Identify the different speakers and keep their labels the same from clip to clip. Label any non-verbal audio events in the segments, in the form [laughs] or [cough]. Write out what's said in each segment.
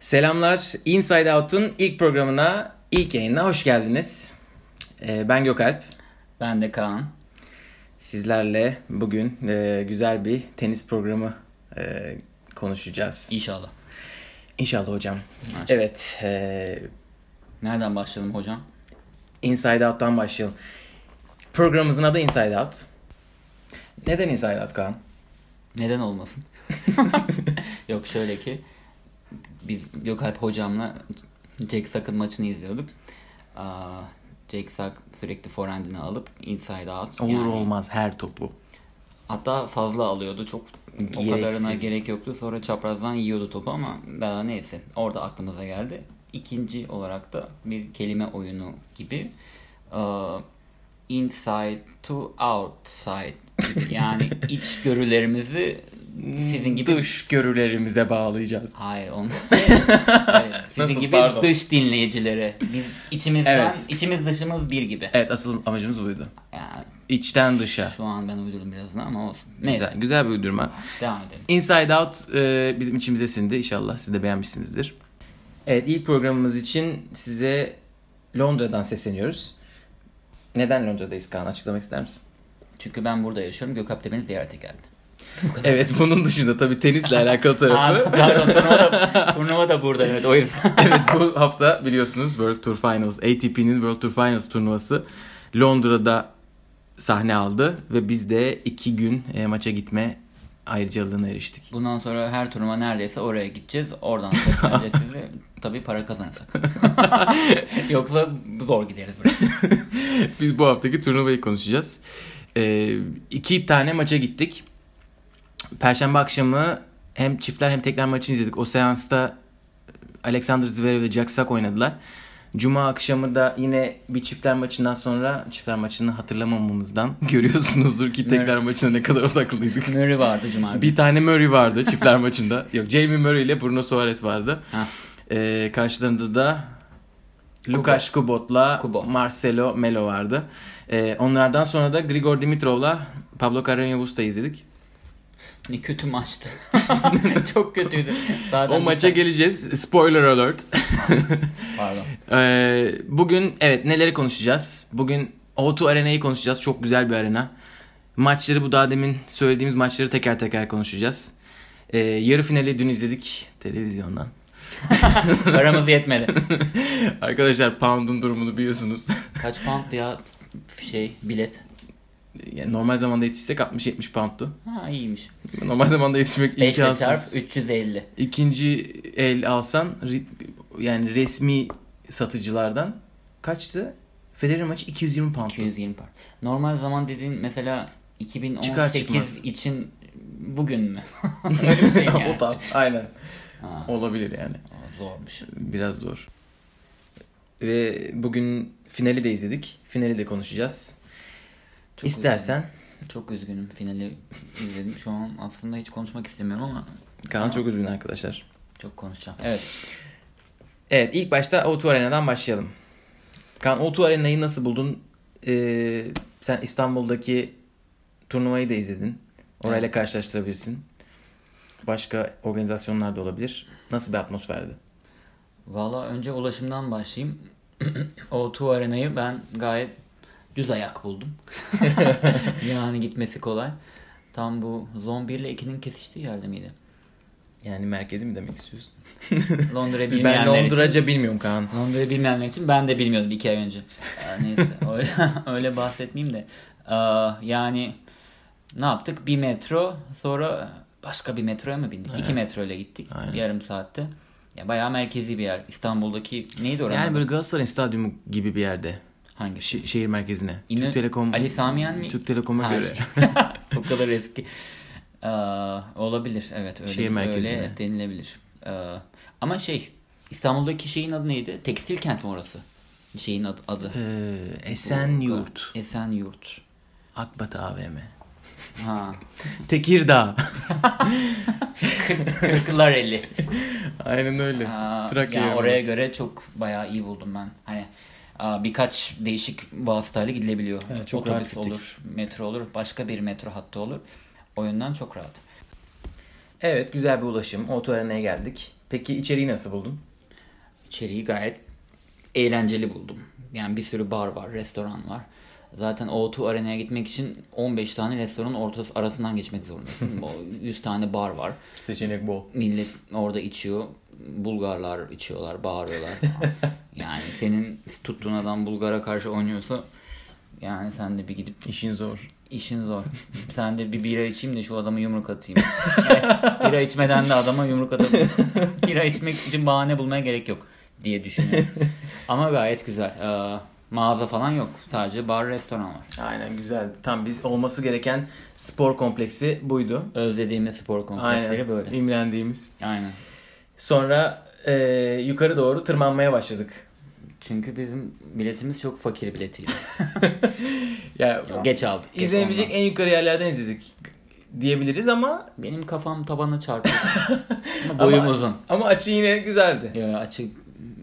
Speaker 1: Selamlar. Inside Out'un ilk programına, ilk yayınına hoş geldiniz. Ee, ben Gökalp.
Speaker 2: Ben de Kaan.
Speaker 1: Sizlerle bugün e, güzel bir tenis programı e, konuşacağız.
Speaker 2: İnşallah.
Speaker 1: İnşallah hocam.
Speaker 2: Maşallah.
Speaker 1: Evet, e,
Speaker 2: Nereden başlayalım hocam?
Speaker 1: Inside Out'tan başlayalım. Programımızın adı Inside Out. Neden Inside Out Kaan?
Speaker 2: Neden olmasın? Yok şöyle ki biz Gökalp hocamla Jack Sock'ın maçını izliyorduk. Aa, Jack Sock sürekli forehand'ini alıp inside out.
Speaker 1: Olur
Speaker 2: yani-
Speaker 1: olmaz her topu.
Speaker 2: Hatta fazla alıyordu. Çok o
Speaker 1: Gereksiz.
Speaker 2: kadarına gerek yoktu. Sonra çaprazdan yiyordu topu ama daha neyse. Orada aklımıza geldi. İkinci olarak da bir kelime oyunu gibi. Ee, inside to outside gibi.
Speaker 1: [laughs]
Speaker 2: Yani iç görülerimizi sizin gibi...
Speaker 1: Dış görülerimize bağlayacağız.
Speaker 2: Hayır onu.
Speaker 1: [laughs]
Speaker 2: sizin
Speaker 1: Nasıl,
Speaker 2: gibi
Speaker 1: pardon.
Speaker 2: dış dinleyicilere. Biz içimizden,
Speaker 1: Evet.
Speaker 2: içimiz dışımız bir gibi.
Speaker 1: Evet asıl amacımız buydu.
Speaker 2: Yani
Speaker 1: İçten dışa.
Speaker 2: şu an ben uydurdum birazını ama olsun. Neyse
Speaker 1: Güzel, güzel bir uydurma.
Speaker 2: devam edelim.
Speaker 1: Inside Out e, bizim içimize sindi. İnşallah siz de beğenmişsinizdir. Evet ilk programımız için size Londra'dan sesleniyoruz. Neden Londra'dayız Kaan? Açıklamak ister misin?
Speaker 2: Çünkü ben burada yaşıyorum. Gökalp de beni ziyarete geldi.
Speaker 1: Evet bunun dışında tabii tenisle alakalı tarafı.
Speaker 2: Aa, pardon turnuva da, turnuva da burada evet o yüzden.
Speaker 1: [laughs] evet bu hafta biliyorsunuz World Tour Finals, ATP'nin World Tour Finals turnuvası Londra'da sahne aldı. Ve biz de iki gün e, maça gitme ayrıcalığına eriştik.
Speaker 2: Bundan sonra her turnuva neredeyse oraya gideceğiz. Oradan sesleneceğiz sizi. Tabii para kazanırsak. [laughs] Yoksa zor gideriz buraya.
Speaker 1: Biz bu haftaki turnuvayı konuşacağız. Ee, iki tane maça gittik. Perşembe akşamı hem çiftler hem tekler maçını izledik. O seansta Alexander Zverev ile Jack Sock oynadılar. Cuma akşamı da yine bir çiftler maçından sonra çiftler maçını hatırlamamamızdan [laughs] görüyorsunuzdur ki tekler maçına ne kadar odaklıydık.
Speaker 2: Murray vardı Cuma günü.
Speaker 1: Bir tane Murray vardı çiftler maçında. [laughs] Yok Jamie Murray ile Bruno Suarez vardı.
Speaker 2: Ha.
Speaker 1: Ee, karşılarında da Lukas Kubot'la
Speaker 2: Kubo.
Speaker 1: Marcelo Melo vardı. Ee, onlardan sonra da Grigor Dimitrov'la Pablo Carreño da izledik.
Speaker 2: Ne kötü maçtı. [laughs] Çok kötüydü. Zaten
Speaker 1: O
Speaker 2: biz-
Speaker 1: maça geleceğiz. Spoiler alert.
Speaker 2: Pardon.
Speaker 1: Ee, bugün evet neleri konuşacağız? Bugün O2 Arena'yı konuşacağız. Çok güzel bir arena. Maçları bu daha demin söylediğimiz maçları teker teker konuşacağız. Ee, yarı finali dün izledik televizyondan. [laughs]
Speaker 2: Paramız yetmedi.
Speaker 1: Arkadaşlar pound'un durumunu biliyorsunuz. [laughs]
Speaker 2: Kaç pound ya şey bilet.
Speaker 1: Yani normal zamanda yetişsek 60-70 pound'tu.
Speaker 2: Ha iyiymiş.
Speaker 1: Normal zamanda yetişmek
Speaker 2: 5 çarp
Speaker 1: imkansız.
Speaker 2: 350.
Speaker 1: İkinci el alsan ri- yani resmi satıcılardan kaçtı? Federer maçı 220 pound'tu.
Speaker 2: 220 par. Normal zaman dediğin mesela 2018
Speaker 1: Çıkar çıkmaz.
Speaker 2: için bugün
Speaker 1: [laughs]
Speaker 2: mü? Öyle bir şey yani.
Speaker 1: o tarz. Aynen.
Speaker 2: Ha,
Speaker 1: Olabilir yani.
Speaker 2: o zormuş.
Speaker 1: Biraz zor. Ve bugün finali de izledik. Finali de konuşacağız.
Speaker 2: Çok
Speaker 1: İstersen
Speaker 2: üzgünüm. Çok üzgünüm finali izledim. Şu an aslında hiç konuşmak istemiyorum ama
Speaker 1: Kaan çok üzgün arkadaşlar.
Speaker 2: çok konuşacağım. Evet.
Speaker 1: Evet ilk başta O2 Arena'dan başlayalım. Kaan O2 Arena'yı nasıl buldun? Ee, sen İstanbul'daki turnuvayı da izledin. Orayla
Speaker 2: Evet.
Speaker 1: karşılaştırabilirsin. Başka organizasyonlar da olabilir. Nasıl bir atmosferdi?
Speaker 2: Valla önce ulaşımdan başlayayım. [clears throat] O2 Arena'yı ben gayet düz
Speaker 1: [laughs]
Speaker 2: ayak buldum. [laughs] yani gitmesi kolay. Tam bu zon 1 ile 2'nin kesiştiği yerde miydi?
Speaker 1: Yani merkezi mi demek istiyorsun?
Speaker 2: Londra
Speaker 1: Ben
Speaker 2: bilmeyenler için.
Speaker 1: Londraca bilmiyorum Kaan.
Speaker 2: Londra'yı bilmeyenler için ben de bilmiyordum iki ay önce.
Speaker 1: [laughs]
Speaker 2: Ee, Neyse öyle, [laughs] öyle bahsetmeyeyim de. Ee, yani ne yaptık? Bir metro sonra başka bir metroya mı bindik? İki metro ile gittik
Speaker 1: Aynen.
Speaker 2: yarım saatte. Ya bayağı merkezi bir yer. İstanbul'daki neydi oranın?
Speaker 1: Yani
Speaker 2: adı?
Speaker 1: böyle Galatasaray Stadyumu gibi bir yerde.
Speaker 2: hangi şey?
Speaker 1: Şi- şehir merkezine.
Speaker 2: İnan-
Speaker 1: Türk Telekom.
Speaker 2: Ali Samiyen mi?
Speaker 1: Türk Telekom'a
Speaker 2: Ha,
Speaker 1: göre.
Speaker 2: şey. [laughs] o kadar eski. Ee, olabilir evet öyle,
Speaker 1: Şehir merkezine.
Speaker 2: öyle denilebilir. Ee, ama şey İstanbul'daki şeyin adı neydi? Tekstil kent mi orası? Şeyin adı. adı.
Speaker 1: Ee, Esenyurt.
Speaker 2: Esenyurt.
Speaker 1: Akbat AVM. [laughs]
Speaker 2: Ha.
Speaker 1: Tekirdağ.
Speaker 2: Kırklar eli.
Speaker 1: Aynen öyle.
Speaker 2: Aa,
Speaker 1: Şey, Trakya
Speaker 2: yani oraya
Speaker 1: yarımadası.
Speaker 2: göre çok bayağı iyi buldum ben. Hani aa, birkaç değişik vasıtayla gidilebiliyor.
Speaker 1: Evet, çok rahat
Speaker 2: Otobüs
Speaker 1: gittik.
Speaker 2: olur, metro olur, başka bir metro hattı olur. Oyundan çok rahat.
Speaker 1: Evet güzel bir ulaşım. O töreneye geldik. Peki içeriği nasıl buldun?
Speaker 2: İçeriği gayet eğlenceli buldum. Yani bir sürü bar var, restoran var. Zaten O2 Arena'ya gitmek için 15 tane restoranın ortası arasından
Speaker 1: [laughs]
Speaker 2: geçmek zorundasın. O 100 tane bar var.
Speaker 1: Seçenek bol.
Speaker 2: Millet orada içiyor. Bulgarlar içiyorlar, bağırıyorlar. falan. yani senin tuttuğun adam Bulgar'a karşı oynuyorsa yani sen de bir gidip
Speaker 1: İşin zor.
Speaker 2: İşin zor. Sen de bir bira içeyim de şu adama yumruk atayım. Yani bira içmeden de adama yumruk atabilirsin. bira içmek için bahane bulmaya gerek yok diye düşünüyorum. Ama gayet güzel. Ee, mağaza falan yok. Sadece bar, restoran var.
Speaker 1: Aynen güzeldi. Tam biz olması gereken spor kompleksi buydu.
Speaker 2: Özlediğimiz spor kompleksleri
Speaker 1: Aynen.
Speaker 2: böyle.
Speaker 1: İmrendiğimiz.
Speaker 2: Aynen.
Speaker 1: Sonra e, yukarı doğru tırmanmaya başladık.
Speaker 2: Çünkü bizim biletimiz çok fakir biletiydi.
Speaker 1: Ya
Speaker 2: Geç aldık. geç
Speaker 1: izlenebilecek
Speaker 2: ondan.
Speaker 1: en yukarı yerlerden izledik diyebiliriz ama
Speaker 2: Benim kafam tabana çarptı. [laughs] Ama boyum
Speaker 1: ama,
Speaker 2: uzun.
Speaker 1: Ama açı yine güzeldi.
Speaker 2: Yo, açık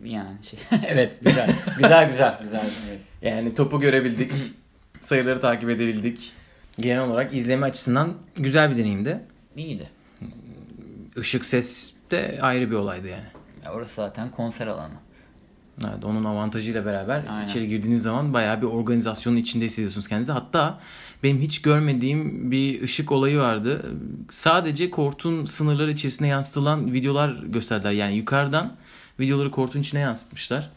Speaker 2: yani şey. [laughs] evet güzel. Güzel güzel. güzel. Evet.
Speaker 1: Yani topu görebildik. [clears throat] sayıları takip edebildik. Genel olarak izleme açısından güzel bir deneyimdi.
Speaker 2: İyiydi.
Speaker 1: Işık ses de ayrı bir olaydı yani.
Speaker 2: Ya orası zaten konser alanı.
Speaker 1: Evet, onun avantajıyla beraber
Speaker 2: Aynen.
Speaker 1: içeri girdiğiniz zaman bayağı bir organizasyonun içinde hissediyorsunuz kendinizi. Hatta benim hiç görmediğim bir ışık olayı vardı. Sadece kortun sınırları içerisine yansıtılan videolar gösterdiler. Yani yukarıdan videoları kortun içine yansıtmışlar.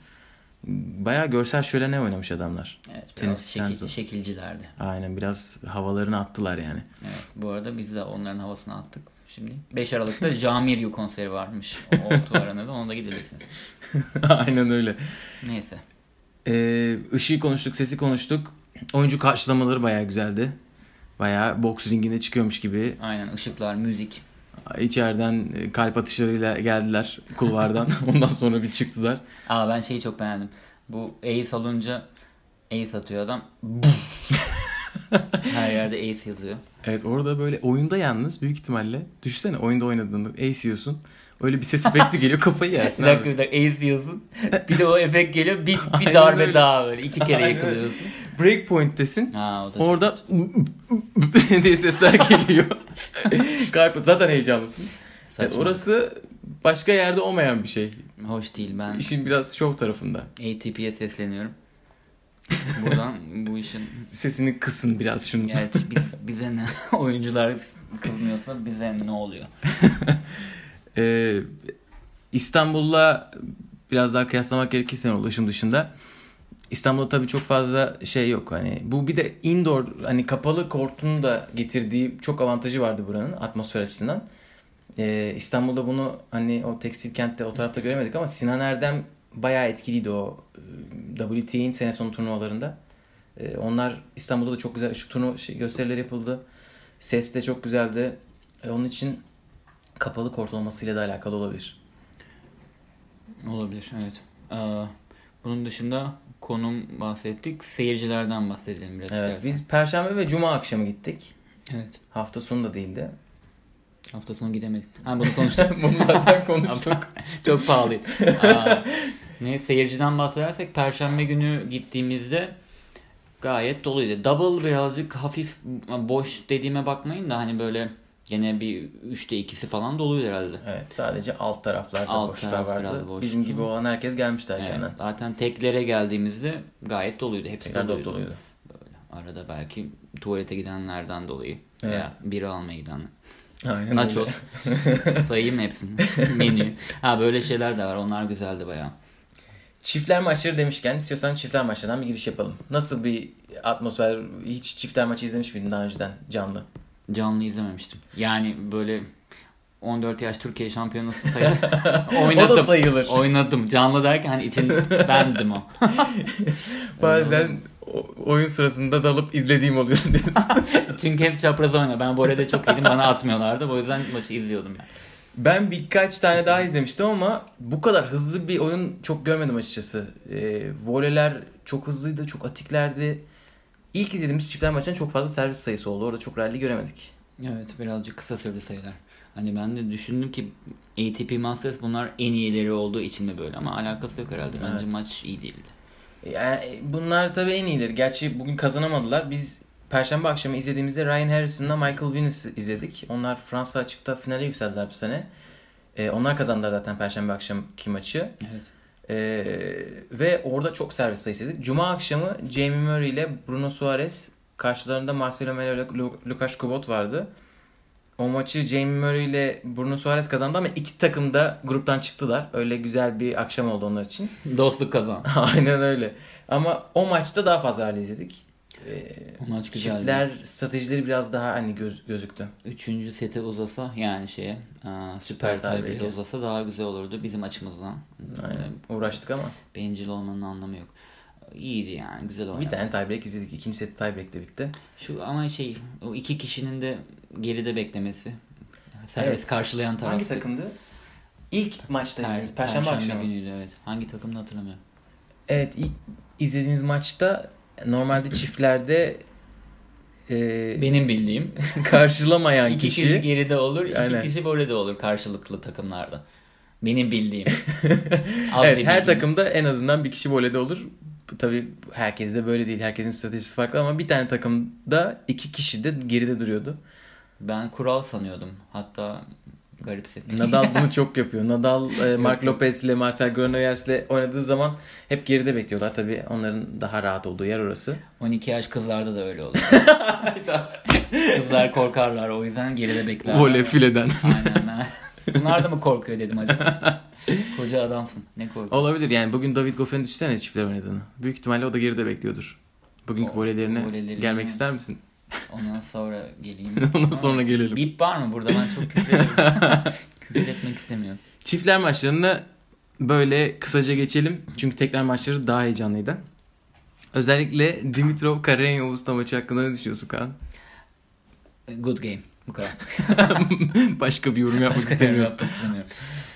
Speaker 1: Bayağı görsel şölene oynamış adamlar.
Speaker 2: Evet, biraz
Speaker 1: Tenis
Speaker 2: şekil,
Speaker 1: Senzo.
Speaker 2: şekilcilerdi.
Speaker 1: Aynen biraz havalarını attılar yani.
Speaker 2: Evet, bu arada biz de onların havasını attık. Şimdi 5 [laughs] Aralık'ta Jamiryu konseri varmış. O Tuvarana'da ona da gidebilirsin.
Speaker 1: [laughs] Aynen öyle.
Speaker 2: Neyse.
Speaker 1: Ee, ışığı konuştuk, sesi konuştuk. Oyuncu karşılamaları bayağı güzeldi. Bayağı boks ringine çıkıyormuş gibi
Speaker 2: Aynen ışıklar, müzik.
Speaker 1: İçeriden e, kalp atışlarıyla geldiler
Speaker 2: [laughs]
Speaker 1: kulvardan. Ondan sonra bir çıktılar.
Speaker 2: Aa ben şeyi çok beğendim. Bu Ace alınca Ace atıyor adam. [laughs] Her yerde Ace yazıyor.
Speaker 1: Evet orada böyle oyunda yalnız büyük ihtimalle düşünsene oyunda oynadığını ace yiyorsun. Öyle bir ses efekti geliyor kafayı yersin
Speaker 2: [laughs] Bir dakika
Speaker 1: abi.
Speaker 2: bir dakika Ace diyorsun. Bir de o efekt geliyor. Bir, bir
Speaker 1: Aynen
Speaker 2: darbe
Speaker 1: öyle.
Speaker 2: daha böyle. iki kere
Speaker 1: Aynen.
Speaker 2: yıkılıyorsun.
Speaker 1: Breakpoint'tesin.
Speaker 2: Ha o da çok-
Speaker 1: Orada [laughs] diye sesler geliyor.
Speaker 2: [laughs]
Speaker 1: kalp zaten heyecanlısın. Evet,
Speaker 2: Saçma.
Speaker 1: orası başka yerde olmayan bir şey.
Speaker 2: Hoş değil ben.
Speaker 1: İşin biraz şov tarafında.
Speaker 2: ATP'ye sesleniyorum. Buradan bu işin
Speaker 1: Sesini kısın biraz şunu.
Speaker 2: gerçi biz, bize ne [laughs] oyuncular kızmıyorsa bize ne oluyor?
Speaker 1: Ee, İstanbul'la biraz daha kıyaslamak gerekirse yani ulaşım dışında İstanbul'da tabii çok fazla şey yok hani bu bir de indoor hani kapalı kortunun da getirdiği çok avantajı vardı buranın atmosfer açısından. Ee, İstanbul'da bunu hani o tekstil kentte o tarafta göremedik ama Sinan Erdem bayağı etkiliydi o e, WTA'nin sene sonu turnuvalarında. Ee, onlar İstanbul'da da çok güzel ışık turnu şey- gösterileri yapıldı. Ses de çok güzeldi. Ee, onun için kapalı kort olmasıyla da alakalı olabilir.
Speaker 2: Olabilir evet. Ee, bunun dışında konum bahsettik. Seyircilerden bahsedelim biraz
Speaker 1: Evet,
Speaker 2: istersen.
Speaker 1: biz perşembe ve cuma akşamı gittik.
Speaker 2: Evet.
Speaker 1: Hafta sonu da değildi. [laughs]
Speaker 2: Hafta sonu gidemedim. Ha bunu konuştuk.
Speaker 1: Bunu zaten
Speaker 2: [laughs]
Speaker 1: konuştuk.
Speaker 2: Çok pahalıydı. Aa, ne seyirciden bahsedersek perşembe günü gittiğimizde gayet doluydu. Double birazcık hafif boş dediğime bakmayın da hani böyle gene bir 3'te 2'si falan doluydu herhalde.
Speaker 1: evet, sadece alt taraflarda
Speaker 2: Alt
Speaker 1: boşluklar
Speaker 2: taraf biraz
Speaker 1: vardı.
Speaker 2: boştu.
Speaker 1: Bizim gibi olan herkes gelmişti
Speaker 2: Evet,
Speaker 1: erkenden.
Speaker 2: zaten teklere geldiğimizde gayet doluydu. Hepsi
Speaker 1: Tekrar
Speaker 2: doluydu.
Speaker 1: doluydu.
Speaker 2: Böyle. Arada belki tuvalete gidenlerden dolayı veya bira almaya gidenler.
Speaker 1: Aynen
Speaker 2: [laughs] Nachos. Sayayım hepsini. Menü. Ha böyle şeyler de var. Onlar güzeldi bayağı.
Speaker 1: Çiftler maçları demişken istiyorsan çiftler maçlarından bir giriş yapalım. Nasıl bir atmosfer? Hiç çiftler maçı izlemiş miydin daha önceden canlı?
Speaker 2: Canlı izlememiştim. Yani böyle 14 yaş Türkiye şampiyonası [laughs]
Speaker 1: O da
Speaker 2: oynadım.
Speaker 1: sayılır.
Speaker 2: oynadım. Canlı derken hani için bendim o.
Speaker 1: Bazen o- oyun sırasında dalıp izlediğim oluyor [laughs] diyorsun.
Speaker 2: Çünkü hep çapraz oyna. Ben voleyde çok iyiydim. Bana atmıyorlardı. O yüzden maçı izliyordum yani.
Speaker 1: Ben birkaç tane daha izlemiştim ama bu kadar hızlı bir oyun çok görmedim açıkçası. E, voleler çok hızlıydı, çok atiklerdi. İlk izlediğimiz çiftler maçtan çok fazla servis sayısı oldu. Orada çok rally göremedik.
Speaker 2: Evet birazcık kısa sürdü sayılar. Hani ben de düşündüm ki ATP Masters bunlar en iyileri olduğu için mi böyle ama alakası yok herhalde. Bence
Speaker 1: Evet.
Speaker 2: maç iyi değildi.
Speaker 1: Yani Ee, bunlar tabii en iyileri. Gerçi bugün kazanamadılar. Biz Perşembe akşamı izlediğimizde Ryan Harrison'la Michael Venus'ı izledik. Onlar Fransa açıkta finale yükseldiler bu sene. E, onlar kazandılar zaten Perşembe akşamki maçı.
Speaker 2: Evet.
Speaker 1: E, ve orada çok servis sayısı yedik. Cuma akşamı Jamie Murray ile Bruno Suarez karşılarında Marcelo Melo ile Lu- Lucas Kubot vardı. O maçı Jamie Murray ile Bruno Suarez kazandı ama iki takım da gruptan çıktılar. Öyle güzel bir akşam oldu onlar için. [laughs]
Speaker 2: Dostluk kazan.
Speaker 1: Aynen öyle. Ama o maçta daha fazla hali izledik. E,
Speaker 2: O maç güzeldi.
Speaker 1: çiftler stratejileri biraz daha hani göz, gözüktü.
Speaker 2: Üçüncü sete uzasa yani şeye aa, süper
Speaker 1: Süper
Speaker 2: tiebreak'e
Speaker 1: tiebreak'e.
Speaker 2: uzasa daha güzel olurdu bizim açımızdan.
Speaker 1: Aynen. Uğraştık ama.
Speaker 2: Bencil olmanın anlamı yok. İyiydi yani güzel oynadı.
Speaker 1: Bir tane tiebreak izledik. İkinci seti tiebreak de bitti.
Speaker 2: Şu ama şey o iki kişinin de geride beklemesi. Servis
Speaker 1: Evet.
Speaker 2: karşılayan taraf.
Speaker 1: Hangi takımdı? İlk maçta izlediğimiz Perşembe, akşamı.
Speaker 2: günüydü evet. Hangi takımını hatırlamıyorum.
Speaker 1: Evet ilk izlediğimiz maçta normalde çiftlerde e,
Speaker 2: [laughs] Benim bildiğim.
Speaker 1: karşılamayan
Speaker 2: iki
Speaker 1: kişi,
Speaker 2: kişi, geride olur, iki
Speaker 1: Aynen.
Speaker 2: kişi böyle de olur karşılıklı takımlarda.
Speaker 1: [laughs]
Speaker 2: Benim bildiğim. Az
Speaker 1: evet,
Speaker 2: bir
Speaker 1: her
Speaker 2: bilgim.
Speaker 1: takımda en azından bir kişi voleyde olur. Tabii herkes de böyle değil. Herkesin stratejisi farklı ama bir tane takımda iki kişi de geride duruyordu.
Speaker 2: Ben kural sanıyordum. Hatta garipsedim.
Speaker 1: Nadal bunu çok yapıyor. Nadal, e, Mark Lopez ile Marcel Granollers oynadığı zaman hep geride bekliyorlar. Tabii onların daha rahat olduğu yer orası.
Speaker 2: 12 yaş kızlarda da öyle olur. Kızlar korkarlar o yüzden geride beklerler.
Speaker 1: fileden.
Speaker 2: Aynen ben. Bunlar da mı korkuyor dedim acaba. Koca adamsın. Ne korkuyor?
Speaker 1: Olabilir yani bugün David Goffin düşünsene çiftler oynadığını. Büyük ihtimalle o da geride bekliyordur. Bugünkü
Speaker 2: O-
Speaker 1: voleylerine
Speaker 2: voleylerine-
Speaker 1: gelmek ister misin? [laughs]
Speaker 2: Ondan sonra geleyim.
Speaker 1: Ondan sonra gelelim.
Speaker 2: Bip var mı burada? Ben çok küfür
Speaker 1: [laughs]
Speaker 2: ederim. küfür etmek istemiyorum.
Speaker 1: Çiftler maçlarını böyle kısaca geçelim. Çünkü tekrar maçları daha heyecanlıydı. Özellikle Dimitrov Karen Usta maçı hakkında ne düşünüyorsun Kaan? [laughs]
Speaker 2: Good game. Bu kadar.
Speaker 1: Başka bir yorum [laughs] yapmak
Speaker 2: Başka yorum
Speaker 1: istemiyorum.
Speaker 2: yapmak istemiyorum.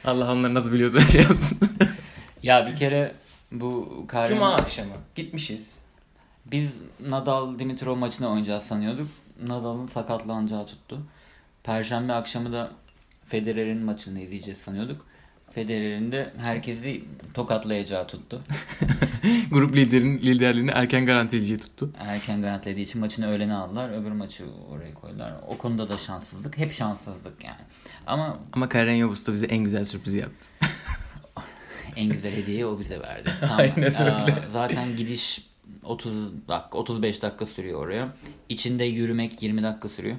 Speaker 1: Allah onları nasıl biliyorsa öyle yapsın.
Speaker 2: Ya bir kere bu Karim...
Speaker 1: akşamı gitmişiz.
Speaker 2: Biz Nadal Dimitrov maçına oynayacağız sanıyorduk. Nadal'ın sakatlanacağı tuttu. Perşembe akşamı da Federer'in maçını izleyeceğiz sanıyorduk. Federer'in de herkesi tokatlayacağı tuttu.
Speaker 1: Grup liderinin liderliğini erken garantileyeceği tuttu.
Speaker 2: Erken garantilediği için maçını öğlene aldılar. Öbür maçı oraya koydular. O konuda da şanssızlık. Hep şanssızlık yani. Ama
Speaker 1: Ama Karen Yavuz da bize en güzel sürprizi yaptı.
Speaker 2: en güzel hediyeyi o
Speaker 1: [laughs]
Speaker 2: bize verdi. Tamam.
Speaker 1: Aynen
Speaker 2: Aa, zaten gidiş 30 dakika 35 dakika sürüyor oraya. İçinde yürümek 20 dakika sürüyor.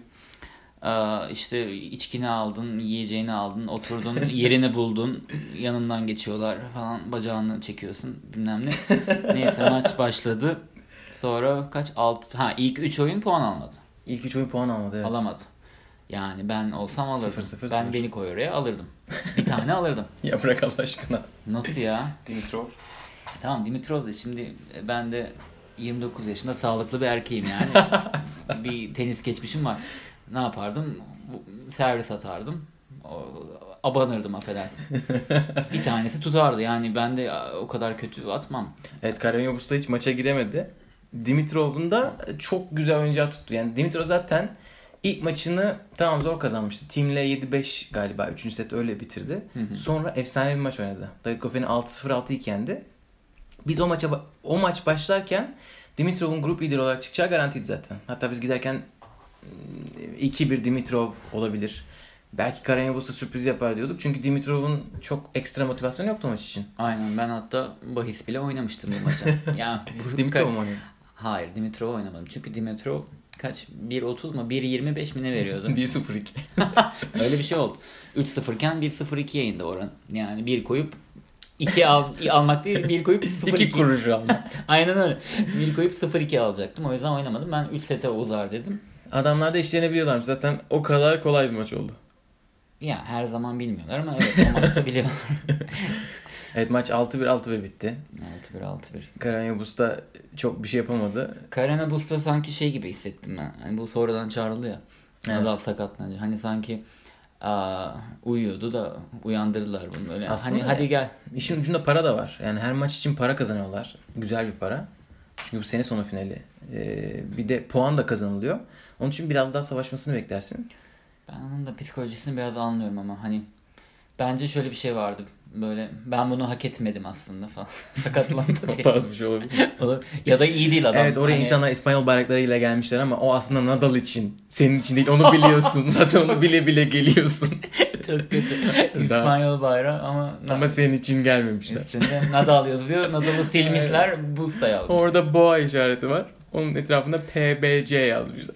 Speaker 2: Aa, işte içkini aldın, yiyeceğini
Speaker 1: [laughs]
Speaker 2: aldın, oturdun, yerini buldun, yanından geçiyorlar falan, bacağını çekiyorsun
Speaker 1: [laughs]
Speaker 2: bilmem ne. Neyse maç başladı. Sonra kaç? 6 ha ilk 3 oyun puan almadı.
Speaker 1: İlk üç oyun puan almadı. Evet.
Speaker 2: Alamadı. Yani ben olsam alırdım.
Speaker 1: Sıfır, sıfır,
Speaker 2: ben
Speaker 1: sıfır.
Speaker 2: beni koy oraya alırdım. Bir tane alırdım.
Speaker 1: Ya bırak Allah aşkına.
Speaker 2: Nasıl ya?
Speaker 1: Dimitrov.
Speaker 2: Tamam Dimitrov da şimdi e, ben de 29 yaşında sağlıklı bir erkeğim yani. bir tenis geçmişim var. Ne yapardım? Bu- Servis atardım. O- Abanırdım affedersin. bir tanesi tutardı yani ben de o kadar kötü atmam.
Speaker 1: Evet Karen Yavuz da hiç maça giremedi. Dimitrov'un da çok güzel oyuncağı tuttu. Yani Dimitrov zaten ilk maçını tamam zor kazanmıştı. Team'le 7-5 galiba 3. set öyle bitirdi. Sonra efsane bir maç oynadı. David Goffin'i 6-0 6-2 yendi. Biz o maça ba- o maç başlarken Dimitrov'un grup lideri olarak çıkacağı garantiydi zaten. Hatta biz giderken e, 2-1 Dimitrov olabilir. Belki Karen Yavuz da sürpriz yapar diyorduk. Çünkü Dimitrov'un çok ekstra motivasyonu yoktu maç için.
Speaker 2: Aynen ben hatta bahis bile oynamıştım bu maça. ya bu-
Speaker 1: Dimitrov mu oynadı?
Speaker 2: Hayır Dimitrov oynamadım. Çünkü Dimitrov kaç 1.30 mu 1.25 mi ne
Speaker 1: [laughs]
Speaker 2: veriyordu?
Speaker 1: 1-0-2.
Speaker 2: Öyle bir şey oldu. 3-0 iken 1-0-2'ye indi oran. Yani bir koyup 2 al, almak değil bir koyup 0-2.
Speaker 1: İki kuruş aldım.
Speaker 2: Aynen öyle. Bir koyup 0-2 alacaktım. O yüzden oynamadım. Ben 3 sete uzar dedim.
Speaker 1: [laughs] Adamlar da işlenebiliyorlarmış. Zaten o kadar kolay bir maç oldu.
Speaker 2: Ya her zaman bilmiyorlar ama evet o
Speaker 1: [laughs]
Speaker 2: maçta biliyorlar.
Speaker 1: Evet maç 6-1 6-1 bitti.
Speaker 2: 6-1 6-1.
Speaker 1: Karanyobus da çok bir şey yapamadı.
Speaker 2: Karana Bus'ta sanki şey gibi hissettim ben. Hani bu sonradan çağrıldı ya.
Speaker 1: Evet.
Speaker 2: Nadal sakatlanınca. Hani sanki aa, uyuyordu da uyandırdılar bunu böyle.
Speaker 1: Aslında
Speaker 2: hani hadi gel.
Speaker 1: İşin ucunda para da var. Yani her maç için para kazanıyorlar. Güzel bir para. Çünkü bu sene sonu finali. Ee, bir de puan da kazanılıyor. Onun için biraz daha savaşmasını beklersin.
Speaker 2: Ben onun da psikolojisini biraz anlıyorum ama hani bence şöyle bir şey vardı. böyle ben bunu hak etmedim aslında falan. [laughs] Sakatlandı
Speaker 1: [laughs] O
Speaker 2: diye.
Speaker 1: tarz bir şey olabilir.
Speaker 2: Olur. ya da iyi değil adam.
Speaker 1: Evet oraya
Speaker 2: Hani-
Speaker 1: insanlar İspanyol bayraklarıyla gelmişler ama o aslında Nadal için. Senin için değil onu [laughs] biliyorsun. Zaten onu bile bile geliyorsun.
Speaker 2: Çok
Speaker 1: [laughs]
Speaker 2: kötü. İspanyol bayrağı ama,
Speaker 1: ama senin için gelmemişler.
Speaker 2: üstünde Nadal yazıyor. Nadal'ı silmişler. Busta yazmış.
Speaker 1: Orada boğa işareti var. Onun etrafında PBC yazmışlar.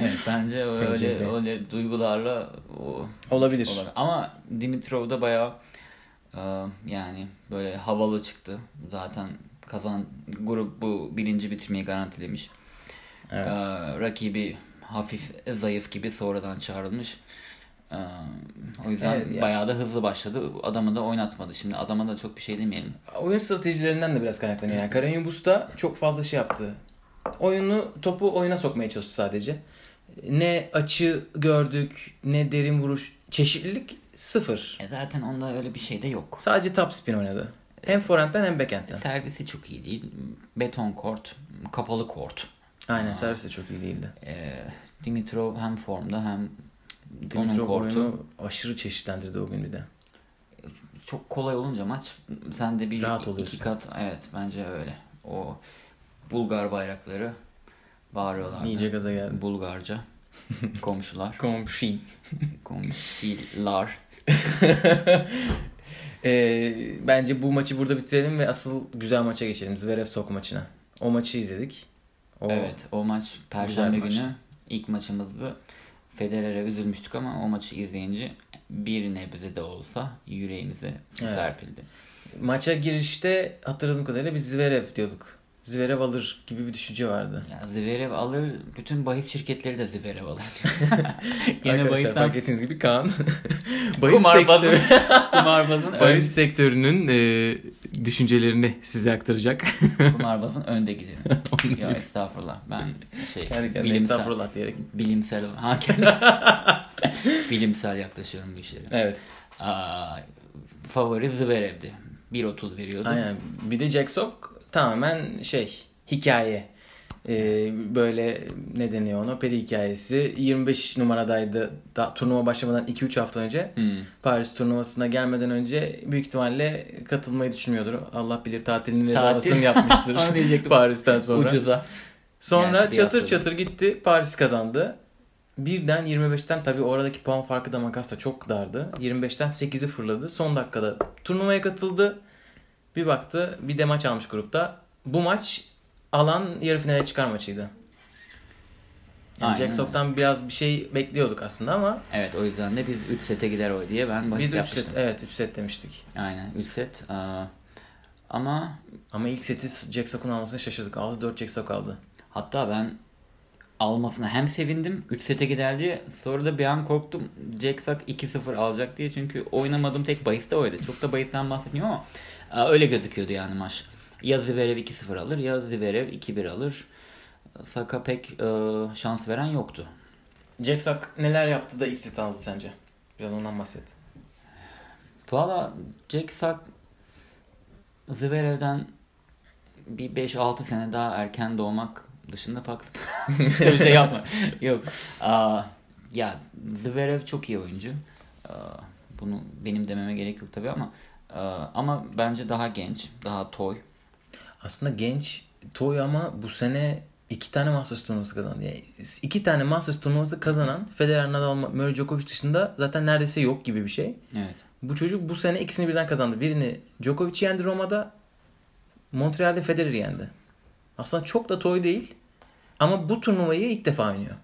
Speaker 2: Evet bence öyle
Speaker 1: Bence de.
Speaker 2: öyle duygularla o
Speaker 1: Olabilir.
Speaker 2: olabilir. Ama Dimitrov da bayağı e, yani böyle havalı çıktı. Zaten kazan grup bu birinci bitirmeyi garantilemiş.
Speaker 1: Evet.
Speaker 2: E, rakibi hafif zayıf gibi sonradan çağrılmış. E, o yüzden
Speaker 1: Evet, ya.
Speaker 2: bayağı da hızlı başladı. Adamı da oynatmadı. Şimdi adama da çok bir şey demeyelim.
Speaker 1: Oyun stratejilerinden de biraz kaynaklanıyor. Yani Karayubus da çok fazla şey yaptı. Oyunu, topu oyuna sokmaya çalıştı sadece. Ne açı gördük, ne derin vuruş. Çeşitlilik sıfır.
Speaker 2: E, zaten onda öyle bir şey de yok. E,
Speaker 1: Sadece top spin oynadı. Hem forehand'den hem backhand'den.
Speaker 2: Servisi çok iyi değil. Beton kort, kapalı kort.
Speaker 1: Aynen servis de çok iyi değildi.
Speaker 2: E, Dimitrov hem formda hem onun
Speaker 1: Dimitrov
Speaker 2: kortu.
Speaker 1: oyunu aşırı çeşitlendirdi o gün bir de.
Speaker 2: Çok kolay olunca maç sen de bir
Speaker 1: Rahat
Speaker 2: iki
Speaker 1: oluyorsun.
Speaker 2: kat evet bence öyle. O Bulgar bayrakları bağırıyorlardı.
Speaker 1: İyice gaza geldi.
Speaker 2: Bulgarca. Komşular.
Speaker 1: Komşi.
Speaker 2: Komşiler.
Speaker 1: Ee, bence bu maçı burada bitirelim ve asıl güzel maça geçelim. Zverev Sok maçına. O maçı izledik. O
Speaker 2: Evet o maç Perşembe
Speaker 1: Güzel
Speaker 2: günü ilk maçımızdı. Federer'e üzülmüştük ama o maçı izleyince bir nebze de olsa yüreğimize su
Speaker 1: Evet.
Speaker 2: serpildi.
Speaker 1: Maça girişte hatırladığım kadarıyla biz Zverev diyorduk. Zverev alır gibi bir düşünce vardı.
Speaker 2: Ya Zverev alır, bütün bahis şirketleri de
Speaker 1: [laughs]
Speaker 2: Zverev alır. Yine
Speaker 1: Arkadaşlar
Speaker 2: bahisten
Speaker 1: fark ettiğiniz gibi [laughs] Kaan bahis,
Speaker 2: kumarbazın,
Speaker 1: sektörü, [laughs]
Speaker 2: kumarbazın, ön,
Speaker 1: bahis sektörünün e, düşüncelerini size aktaracak.
Speaker 2: kumarbazın
Speaker 1: [laughs]
Speaker 2: önde gideni. ya estağfurullah ben şey
Speaker 1: Kendi kendine
Speaker 2: bilimsel,
Speaker 1: estağfurullah diyerek.
Speaker 2: bilimsel, [laughs] ha, kendi- bilimsel yaklaşıyorum bu işlere.
Speaker 1: Evet.
Speaker 2: Aa, favori Zverev'di. 1.30 veriyordu.
Speaker 1: Aynen. Bir de Jack Sock tamamen şey hikaye. Ee, böyle ne deniyor ona? Peri hikayesi. 25 numaradaydı. Daha turnuva başlamadan 2-3 hafta önce.
Speaker 2: Hmm.
Speaker 1: Paris turnuvasına gelmeden önce büyük ihtimalle katılmayı düşünmüyordur. Allah bilir tatilinin
Speaker 2: Tatil.
Speaker 1: rezervasyonu yapmıştır.
Speaker 2: [laughs] Onu diyecektim.
Speaker 1: Paris'ten sonra.
Speaker 2: Ucuza.
Speaker 1: Sonra
Speaker 2: Gerçi bir
Speaker 1: çatır
Speaker 2: haftada.
Speaker 1: çatır gitti. Paris kazandı. Birden 25'ten tabii oradaki puan farkı da makasla çok dardı. 25'ten 8'i fırladı. Son dakikada turnuvaya katıldı. Bir baktı bir de maç almış grupta. Bu maç alan yarı finale çıkar maçıydı.
Speaker 2: Aynen
Speaker 1: Yani Jack
Speaker 2: öyle.
Speaker 1: Sock'tan biraz bir şey bekliyorduk aslında ama
Speaker 2: Evet o yüzden de biz 3 sete gider o diye ben bahis
Speaker 1: biz 3
Speaker 2: yapmıştım.
Speaker 1: set, evet 3 set demiştik.
Speaker 2: Aynen 3 set. Aa, ama
Speaker 1: Ama ilk seti Jack Sock'un almasına şaşırdık. 6-4 Jack Sock aldı.
Speaker 2: Hatta ben almasına hem sevindim 3 sete gider diye sonra da bir an korktum Jack Sock 2-0 alacak diye çünkü oynamadığım tek bahis de oydu. Çok da bahisten bahsetmiyorum ama e, öyle gözüküyordu yani maç. Ya Zverev 2-0 alır ya Zverev 2-1 alır. Saka pek e, şans veren yoktu.
Speaker 1: Jack Sock neler yaptı da ilk seti aldı sence? Biraz ondan bahset.
Speaker 2: Valla Jack Sock Zverev'den bir 5-6 sene daha erken doğmak dışında farklı
Speaker 1: [laughs]
Speaker 2: başka bir şey yapma. Yok. Aa, ya Zverev çok iyi oyuncu. Aa, bunu benim dememe gerek yok tabii ama aa, ama bence daha genç, daha toy.
Speaker 1: Aslında genç Toy ama bu sene iki tane Masters turnuvası kazandı. Yani iki tane Masters turnuvası kazanan Federer, Nadal, Murray, Djokovic dışında zaten neredeyse yok gibi bir şey.
Speaker 2: Evet.
Speaker 1: Bu çocuk bu sene ikisini birden kazandı. Birini Djokovic yendi Roma'da, Montreal'de Federer'i yendi. Aslında çok da Toy değil ama bu turnuvayı ilk defa oynuyor.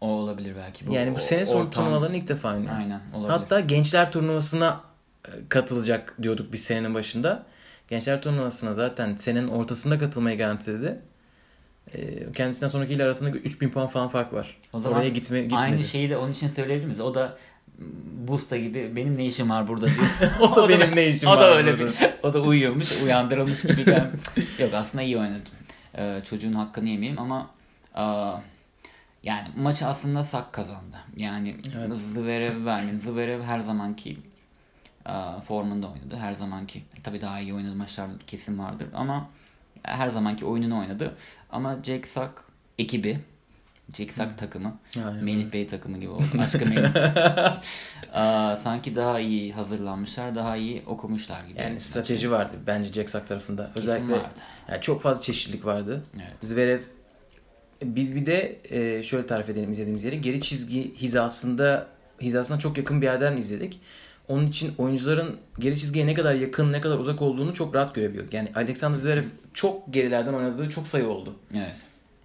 Speaker 2: O olabilir belki.
Speaker 1: Yani bu
Speaker 2: o-
Speaker 1: sene sonu
Speaker 2: ortam-
Speaker 1: turnuvalarını ilk defa oynuyor.
Speaker 2: Aynen olabilir.
Speaker 1: Hatta gençler turnuvasına e, katılacak diyorduk biz senenin başında. Gençler turnuvasına zaten senenin ortasında katılmayı garantiledi. E, Kendisinden sonrakiyle arasında 3000 puan falan fark var.
Speaker 2: O zaman
Speaker 1: Oraya gitme, gitmedi.
Speaker 2: Aynı şey. şeyi de onun için söyleyebilir miyiz? O da m, Busta gibi benim ne işim var burada diyor.
Speaker 1: [laughs] O da benim ne işim
Speaker 2: o
Speaker 1: var
Speaker 2: da öyle
Speaker 1: burada.
Speaker 2: bir, o da uyuyormuş, uyandırılmış gibi. gel- [laughs] Yok aslında iyi oynadı. Ee, çocuğun hakkını yemeyeyim ama aa, yani maçı aslında Sak kazandı. Yani
Speaker 1: Evet.
Speaker 2: Zverev vermedi. Zverev her zamanki aa, formunda oynadı. Her zamanki tabii daha iyi oynadı maçlar kesin vardır ama her zamanki oyununu oynadı. Ama Jack Sak ekibi Ciksak takımı.
Speaker 1: Aynen.
Speaker 2: Melih Bey takımı gibi oldu.
Speaker 1: [laughs]
Speaker 2: Aşkı Melih. Aa, sanki daha iyi hazırlanmışlar, daha iyi okumuşlar gibi.
Speaker 1: Yani strateji vardı bence Jacksak tarafında. Özellikle
Speaker 2: vardı.
Speaker 1: yani çok fazla çeşitlilik vardı.
Speaker 2: Evet.
Speaker 1: Zverev biz bir de e, şöyle tarif edelim izlediğimiz yeri. Geri çizgi hizasında hizasına çok yakın bir yerden izledik. Onun için oyuncuların geri çizgiye ne kadar yakın, ne kadar uzak olduğunu çok rahat görebiliyorduk. Yani Alexander Zverev çok gerilerden oynadığı çok sayı oldu.
Speaker 2: evet.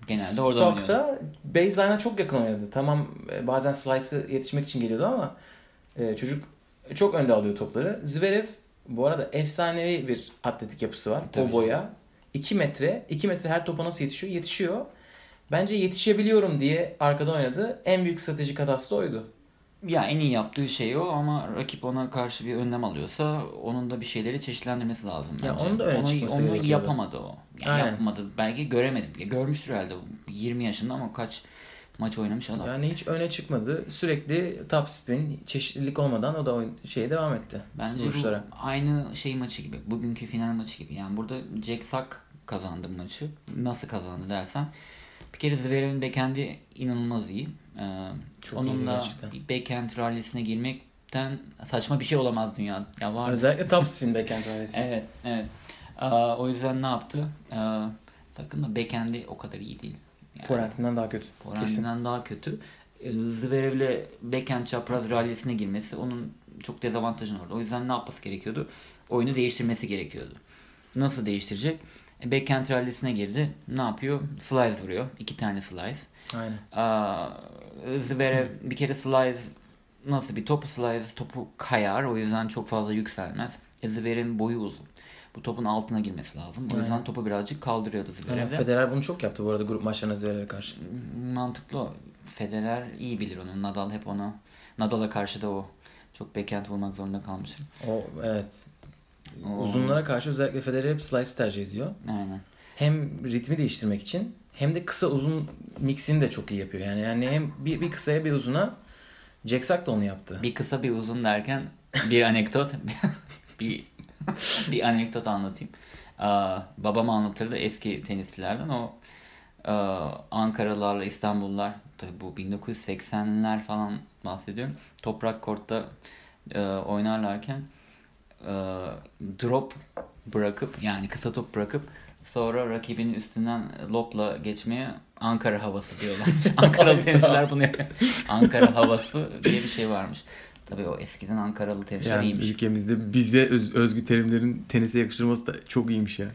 Speaker 2: Genelde orada oynuyordu.
Speaker 1: Sok'ta baseline'a çok yakın oynadı. Tamam e, bazen slice'ı yetişmek için geliyordu ama e, çocuk çok önde alıyor topları. Zverev bu arada efsanevi bir atletik yapısı var.
Speaker 2: Tabii
Speaker 1: o boya. 2 metre. 2 metre her topa nasıl yetişiyor? Yetişiyor. Bence yetişebiliyorum diye arkada oynadı. En büyük stratejik hatası da oydu.
Speaker 2: Ya en iyi yaptığı şey o ama rakip ona karşı bir önlem alıyorsa onun da bir şeyleri çeşitlendirmesi lazım
Speaker 1: Ya
Speaker 2: bence.
Speaker 1: onun da öne
Speaker 2: onu,
Speaker 1: çıkması
Speaker 2: onu
Speaker 1: gerekiyordu.
Speaker 2: yapamadı o. Yani
Speaker 1: Aynen.
Speaker 2: yapmadı. Belki göremedim. Ya görmüştür herhalde. 20 yaşında ama kaç maç oynamış adam.
Speaker 1: Yani hiç öne çıkmadı. Sürekli top spin, çeşitlilik olmadan o da oyun şeye devam etti.
Speaker 2: Bence
Speaker 1: Vuruşlara.
Speaker 2: bu aynı şey maçı gibi. Bugünkü final maçı gibi. Yani burada Jack Sack kazandı maçı. Nasıl kazandı dersen. Bir kere Zverev'in backhand'i inanılmaz iyi. Ee,
Speaker 1: Çok iyi
Speaker 2: onunla
Speaker 1: gerçekten.
Speaker 2: bir backhand rallisine girmekten saçma bir şey olamaz dünya. Ya var
Speaker 1: Özellikle top spin backhand tanesi.
Speaker 2: [laughs] Evet, evet. Aa, o yüzden ne yaptı? Aa, takım da backend'i o kadar iyi değil. Yani
Speaker 1: Forehand'inden daha kötü. Kesin.
Speaker 2: forehand'inden daha kötü. Ee, Zverev'le backhand çapraz rallyesine girmesi onun çok dezavantajın orada. O yüzden ne yapması gerekiyordu? Oyunu değiştirmesi gerekiyordu. Nasıl değiştirecek? E, backhand rallyesine girdi. Ne yapıyor? Slice vuruyor. İki tane slice.
Speaker 1: Aynen.
Speaker 2: Aa, Zverev bir kere slice nasıl bir top slice topu kayar o yüzden çok fazla yükselmez. E, Zverev'in boyu uzun. Bu topun altına girmesi lazım. O yüzden
Speaker 1: Aynen.
Speaker 2: topu birazcık kaldırıyordu
Speaker 1: Aynen,
Speaker 2: Zverev de.
Speaker 1: Federer bunu çok yaptı bu arada grup maçlarına Zverev'e karşı.
Speaker 2: Mantıklı o. Federer iyi bilir onu. Nadal hep ona. Nadal'a karşı da o. Çok backhand vurmak zorunda kalmış.
Speaker 1: O evet.
Speaker 2: O-
Speaker 1: Uzunlara karşı özellikle Federer hep slice tercih ediyor.
Speaker 2: Aynen.
Speaker 1: Hem ritmi değiştirmek için hem de kısa uzun mixini de çok iyi yapıyor. Yani yani hem bir, bir kısaya bir uzuna Jack Sock da onu yaptı.
Speaker 2: Bir kısa bir uzun derken bir anekdot [laughs] bir bir anekdot anlatayım. Aa, babam anlatırdı eski tenisçilerden o aa, Ankaralarla İstanbullular tabii bu 1980'ler falan bahsediyorum. Toprak kortta e, oynarlarken e, drop bırakıp yani kısa top bırakıp sonra rakibinin üstünden lopla geçmeye Ankara havası diyorlar. Ankaralı tenisçiler bunu yapıyor. Ankara havası diye bir şey varmış. Tabii o eskiden Ankaralı
Speaker 1: şey
Speaker 2: tenisçiler iyiymiş.
Speaker 1: ülkemizde bize özgü terimlerin tenise yakıştırması da çok iyiymiş [laughs] ya.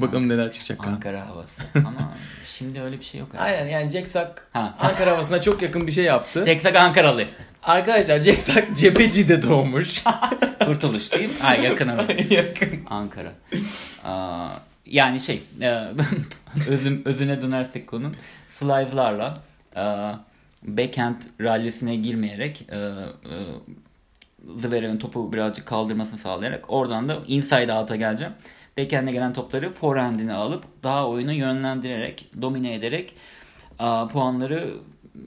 Speaker 1: Bakalım neler çıkacak.
Speaker 2: Ankara havası. Ama şimdi öyle bir şey yok. herhalde.
Speaker 1: Aynen yani Jack Sock
Speaker 2: Ha.
Speaker 1: Ankara havasına çok yakın bir şey yaptı.
Speaker 2: Teksak Ankaralı.
Speaker 1: Arkadaşlar Jack Sock Cepheci'de [laughs] doğmuş.
Speaker 2: Kurtuluş değil mi? Ha, yakın orada. Ankara. Aa, yani şey, e, [laughs] özüm, özüne dönersek konum. Slide'larla e, backhand rallisine girmeyerek e, e, Zverev'in topu birazcık kaldırmasını sağlayarak oradan da inside out'a geleceğim. Backhand'e gelen topları forehand'ine alıp daha oyunu yönlendirerek, domine ederek e, puanları m,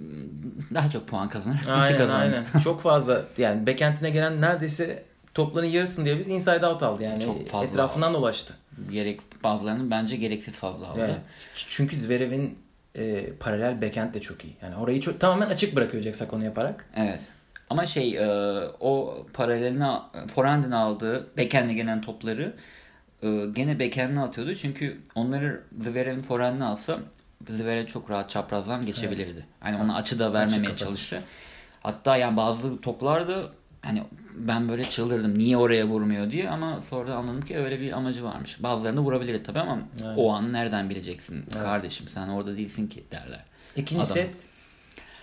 Speaker 2: daha çok puan kazanarak maçı
Speaker 1: Aynen
Speaker 2: kazandı.
Speaker 1: aynen. [laughs] Çok fazla yani backend'ine gelen neredeyse topların yarısını diyebiliriz inside out aldı yani.
Speaker 2: Çok fazla
Speaker 1: Etrafından dolaştı.
Speaker 2: Gerek bazılarının bence gereksiz fazla aldı.
Speaker 1: Evet. Çünkü Zverev'in e, paralel backend de çok iyi. Yani orayı çok, tamamen açık bırakıyor Jack Sock onu yaparak.
Speaker 2: Evet. Ama şey e, o paraleline Forand'in aldığı backhand'e gelen topları e, gene backhand'e atıyordu. Çünkü onları Zverev'in Forand'ine alsa Zverev çok rahat çaprazdan geçebilirdi. Yani ona açı da vermemeye
Speaker 1: kapatır.
Speaker 2: çalıştı. Hatta yani bazı toplarda hani ben böyle çıldırdım niye oraya vurmuyor diye ama sonra da anladım ki öyle bir amacı varmış. Bazılarını vurabilir tabii ama o an nereden bileceksin kardeşim sen orada değilsin ki derler.
Speaker 1: İkinci
Speaker 2: Adam.
Speaker 1: set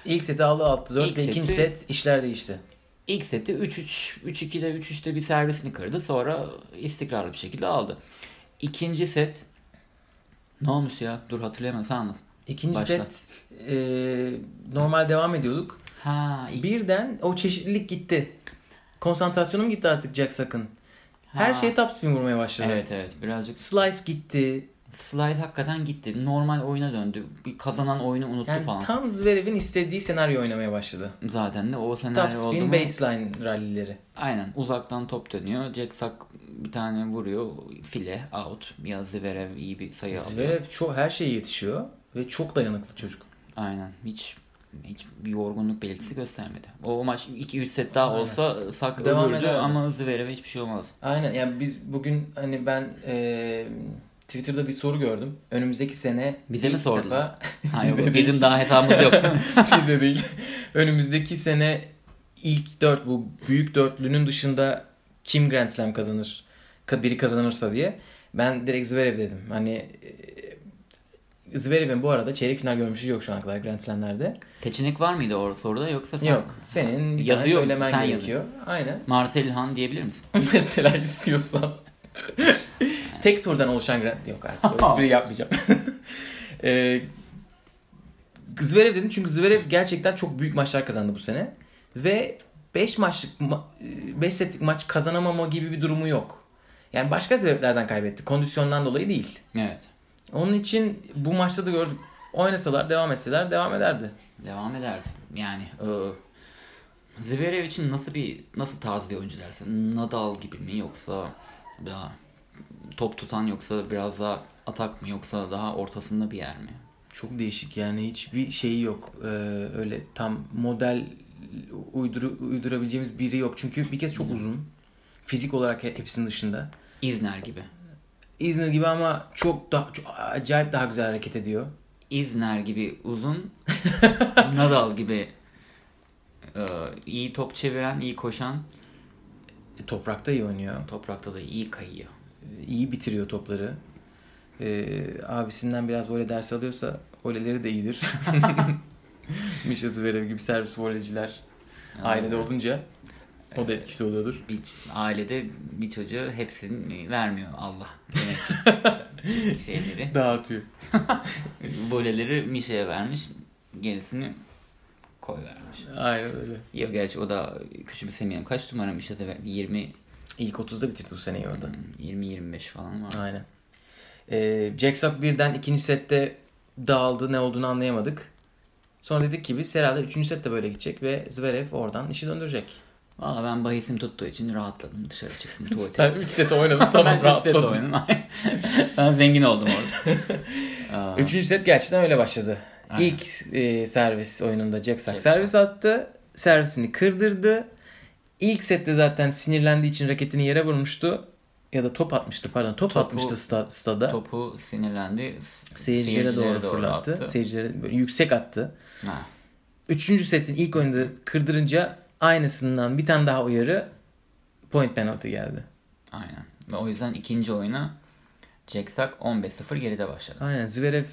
Speaker 1: ilk seti aldı 6-4
Speaker 2: İlk
Speaker 1: ve ikinci
Speaker 2: seti-
Speaker 1: set işler değişti.
Speaker 2: İlk seti 3-3, 3-2'de 3-3'te bir servisini kırdı. Sonra istikrarlı bir şekilde aldı. İkinci set ne olmuş ya? Dur hatırlayamadım. Sen anlat.
Speaker 1: İkinci
Speaker 2: Başla.
Speaker 1: set e, normal devam ediyorduk.
Speaker 2: Ha, ilk-
Speaker 1: Birden o çeşitlilik gitti. Konsantrasyonum gitti artık Jack Sock'ın. Her
Speaker 2: Ha.
Speaker 1: şey topspin vurmaya başladı.
Speaker 2: Evet evet birazcık
Speaker 1: Slice gitti.
Speaker 2: slide hakikaten gitti. Normal oyuna döndü. Bir kazanan oyunu unuttu
Speaker 1: Yani
Speaker 2: falan.
Speaker 1: tam Zverev'in istediği senaryo oynamaya başladı.
Speaker 2: Zaten de o senaryo
Speaker 1: Top
Speaker 2: oldu mu-
Speaker 1: spin baseline rallileri.
Speaker 2: Aynen uzaktan top dönüyor. Jack Sock bir tane vuruyor. File out. Ya Zverev iyi bir sayı alıyor.
Speaker 1: Zverev çok her şeye yetişiyor ve çok dayanıklı çocuk.
Speaker 2: Aynen. Hiç hiç bir yorgunluk belirtisi göstermedi. O maç 2-3 set daha olsa sak
Speaker 1: Devam
Speaker 2: Devam ölürdü
Speaker 1: eder.
Speaker 2: ama Zverev'e hiçbir şey olmaz.
Speaker 1: Aynen yani biz bugün hani ben e, Twitter'da bir soru gördüm. Önümüzdeki sene
Speaker 2: Bize mi
Speaker 1: ilk
Speaker 2: sordular?
Speaker 1: defa-
Speaker 2: Ha,
Speaker 1: Bize
Speaker 2: yok,
Speaker 1: değil.
Speaker 2: bizim daha hesabımız yok.
Speaker 1: [laughs] Bize değil. [laughs] Önümüzdeki sene ilk dört bu büyük dörtlünün dışında kim Grand Slam kazanır? Ka- Biri kazanırsa diye. Ben direkt Zverev dedim. Hani e, Zverev'in bu arada çeyrek final görmüşü yok şu ana kadar Grand Slam'lerde.
Speaker 2: Seçenek var mıydı o soruda yoksa sen
Speaker 1: Yok. Senin bir tane
Speaker 2: Yazıyor musun?
Speaker 1: söylemen
Speaker 2: Sen
Speaker 1: gerekiyor. Aynen. [laughs]
Speaker 2: Marcel Han diyebilir misin?
Speaker 1: Mesela
Speaker 2: [laughs]
Speaker 1: istiyorsan. Tek turdan oluşan Grand... Yok
Speaker 2: [laughs]
Speaker 1: artık o espriyi yapmayacağım. [laughs] ee, Zverev dedim çünkü Zverev gerçekten çok büyük maçlar kazandı bu sene. Ve 5 maçlık 5 setlik maç kazanamama gibi bir durumu yok. Yani başka sebeplerden kaybetti. Kondisyondan dolayı değil.
Speaker 2: Evet.
Speaker 1: Onun için bu maçta da gördük. Oynasalar, devam etseler devam ederdi.
Speaker 2: Devam ederdi. Yani e, Zverev için nasıl bir nasıl tarz bir oyuncu dersin? Nadal gibi mi yoksa daha top tutan yoksa biraz daha atak mı yoksa daha ortasında bir yer mi?
Speaker 1: Çok değişik yani hiçbir şeyi yok. Ee, öyle tam model uyduru, uydurabileceğimiz biri yok. Çünkü bir kez çok uzun. Fizik olarak he- hepsinin dışında.
Speaker 2: İzner gibi.
Speaker 1: İzmir gibi ama çok daha çok acayip daha güzel hareket ediyor.
Speaker 2: İzner gibi
Speaker 1: [laughs]
Speaker 2: uzun, Nadal gibi e, iyi top çeviren, iyi koşan,
Speaker 1: E, Toprakta iyi oynuyor.
Speaker 2: toprakta da iyi kayıyor.
Speaker 1: E, İyi bitiriyor topları. E, abisinden biraz voley ders alıyorsa voleyleri de iyidir. [laughs] Misha Zverev gibi servis voleyciler ailede olunca o da etkisi oluyordur.
Speaker 2: Bir ailede bir çocuğu hepsini vermiyor Allah. Demek
Speaker 1: [laughs]
Speaker 2: ki şeyleri,
Speaker 1: Dağıtıyor.
Speaker 2: voleleri Mişe'ye vermiş, gerisini koy vermiş.
Speaker 1: Aynen öyle.
Speaker 2: Yok gerçi o da küçümsemeyelim. Kaç numara Mişe'de ver- 20
Speaker 1: İlk 30'da bitirdi bu seneyi orada.
Speaker 2: 20 25 falan var.
Speaker 1: Aynen. Ee, Jack Sock birden ikinci sette dağıldı. Ne olduğunu anlayamadık. Sonra dedik ki biz herhalde üçüncü sette böyle gidecek ve Zverev oradan işi döndürecek.
Speaker 2: Valla ben bahisim tuttuğu için rahatladım. Dışarı çıktım tuvalete.
Speaker 1: Sen 3 set [laughs] oynadın tamam
Speaker 2: ben üç set
Speaker 1: rahatladın.
Speaker 2: oynadım. ben zengin oldum orada.
Speaker 1: [laughs]
Speaker 2: Aa,
Speaker 1: Üçüncü set gerçekten öyle başladı.
Speaker 2: Aynen.
Speaker 1: İlk e, servis oyununda Jack Sock
Speaker 2: Jack
Speaker 1: servis attı. Servisini kırdırdı. İlk sette zaten sinirlendiği için raketini yere vurmuştu. Ya da top atmıştı pardon. Top
Speaker 2: Topu-
Speaker 1: atmıştı sta- stada.
Speaker 2: topu sinirlendi. s-
Speaker 1: Seyircilere, doğru, fırlattı.
Speaker 2: attı.
Speaker 1: Seyircilere böyle yüksek attı.
Speaker 2: Ha.
Speaker 1: Üçüncü setin ilk oyunda kırdırınca aynısından bir tane daha uyarı point penaltı geldi.
Speaker 2: Aynen. Ve o yüzden ikinci oyuna Jack Sock 15-0 geride başladı.
Speaker 1: Aynen Zverev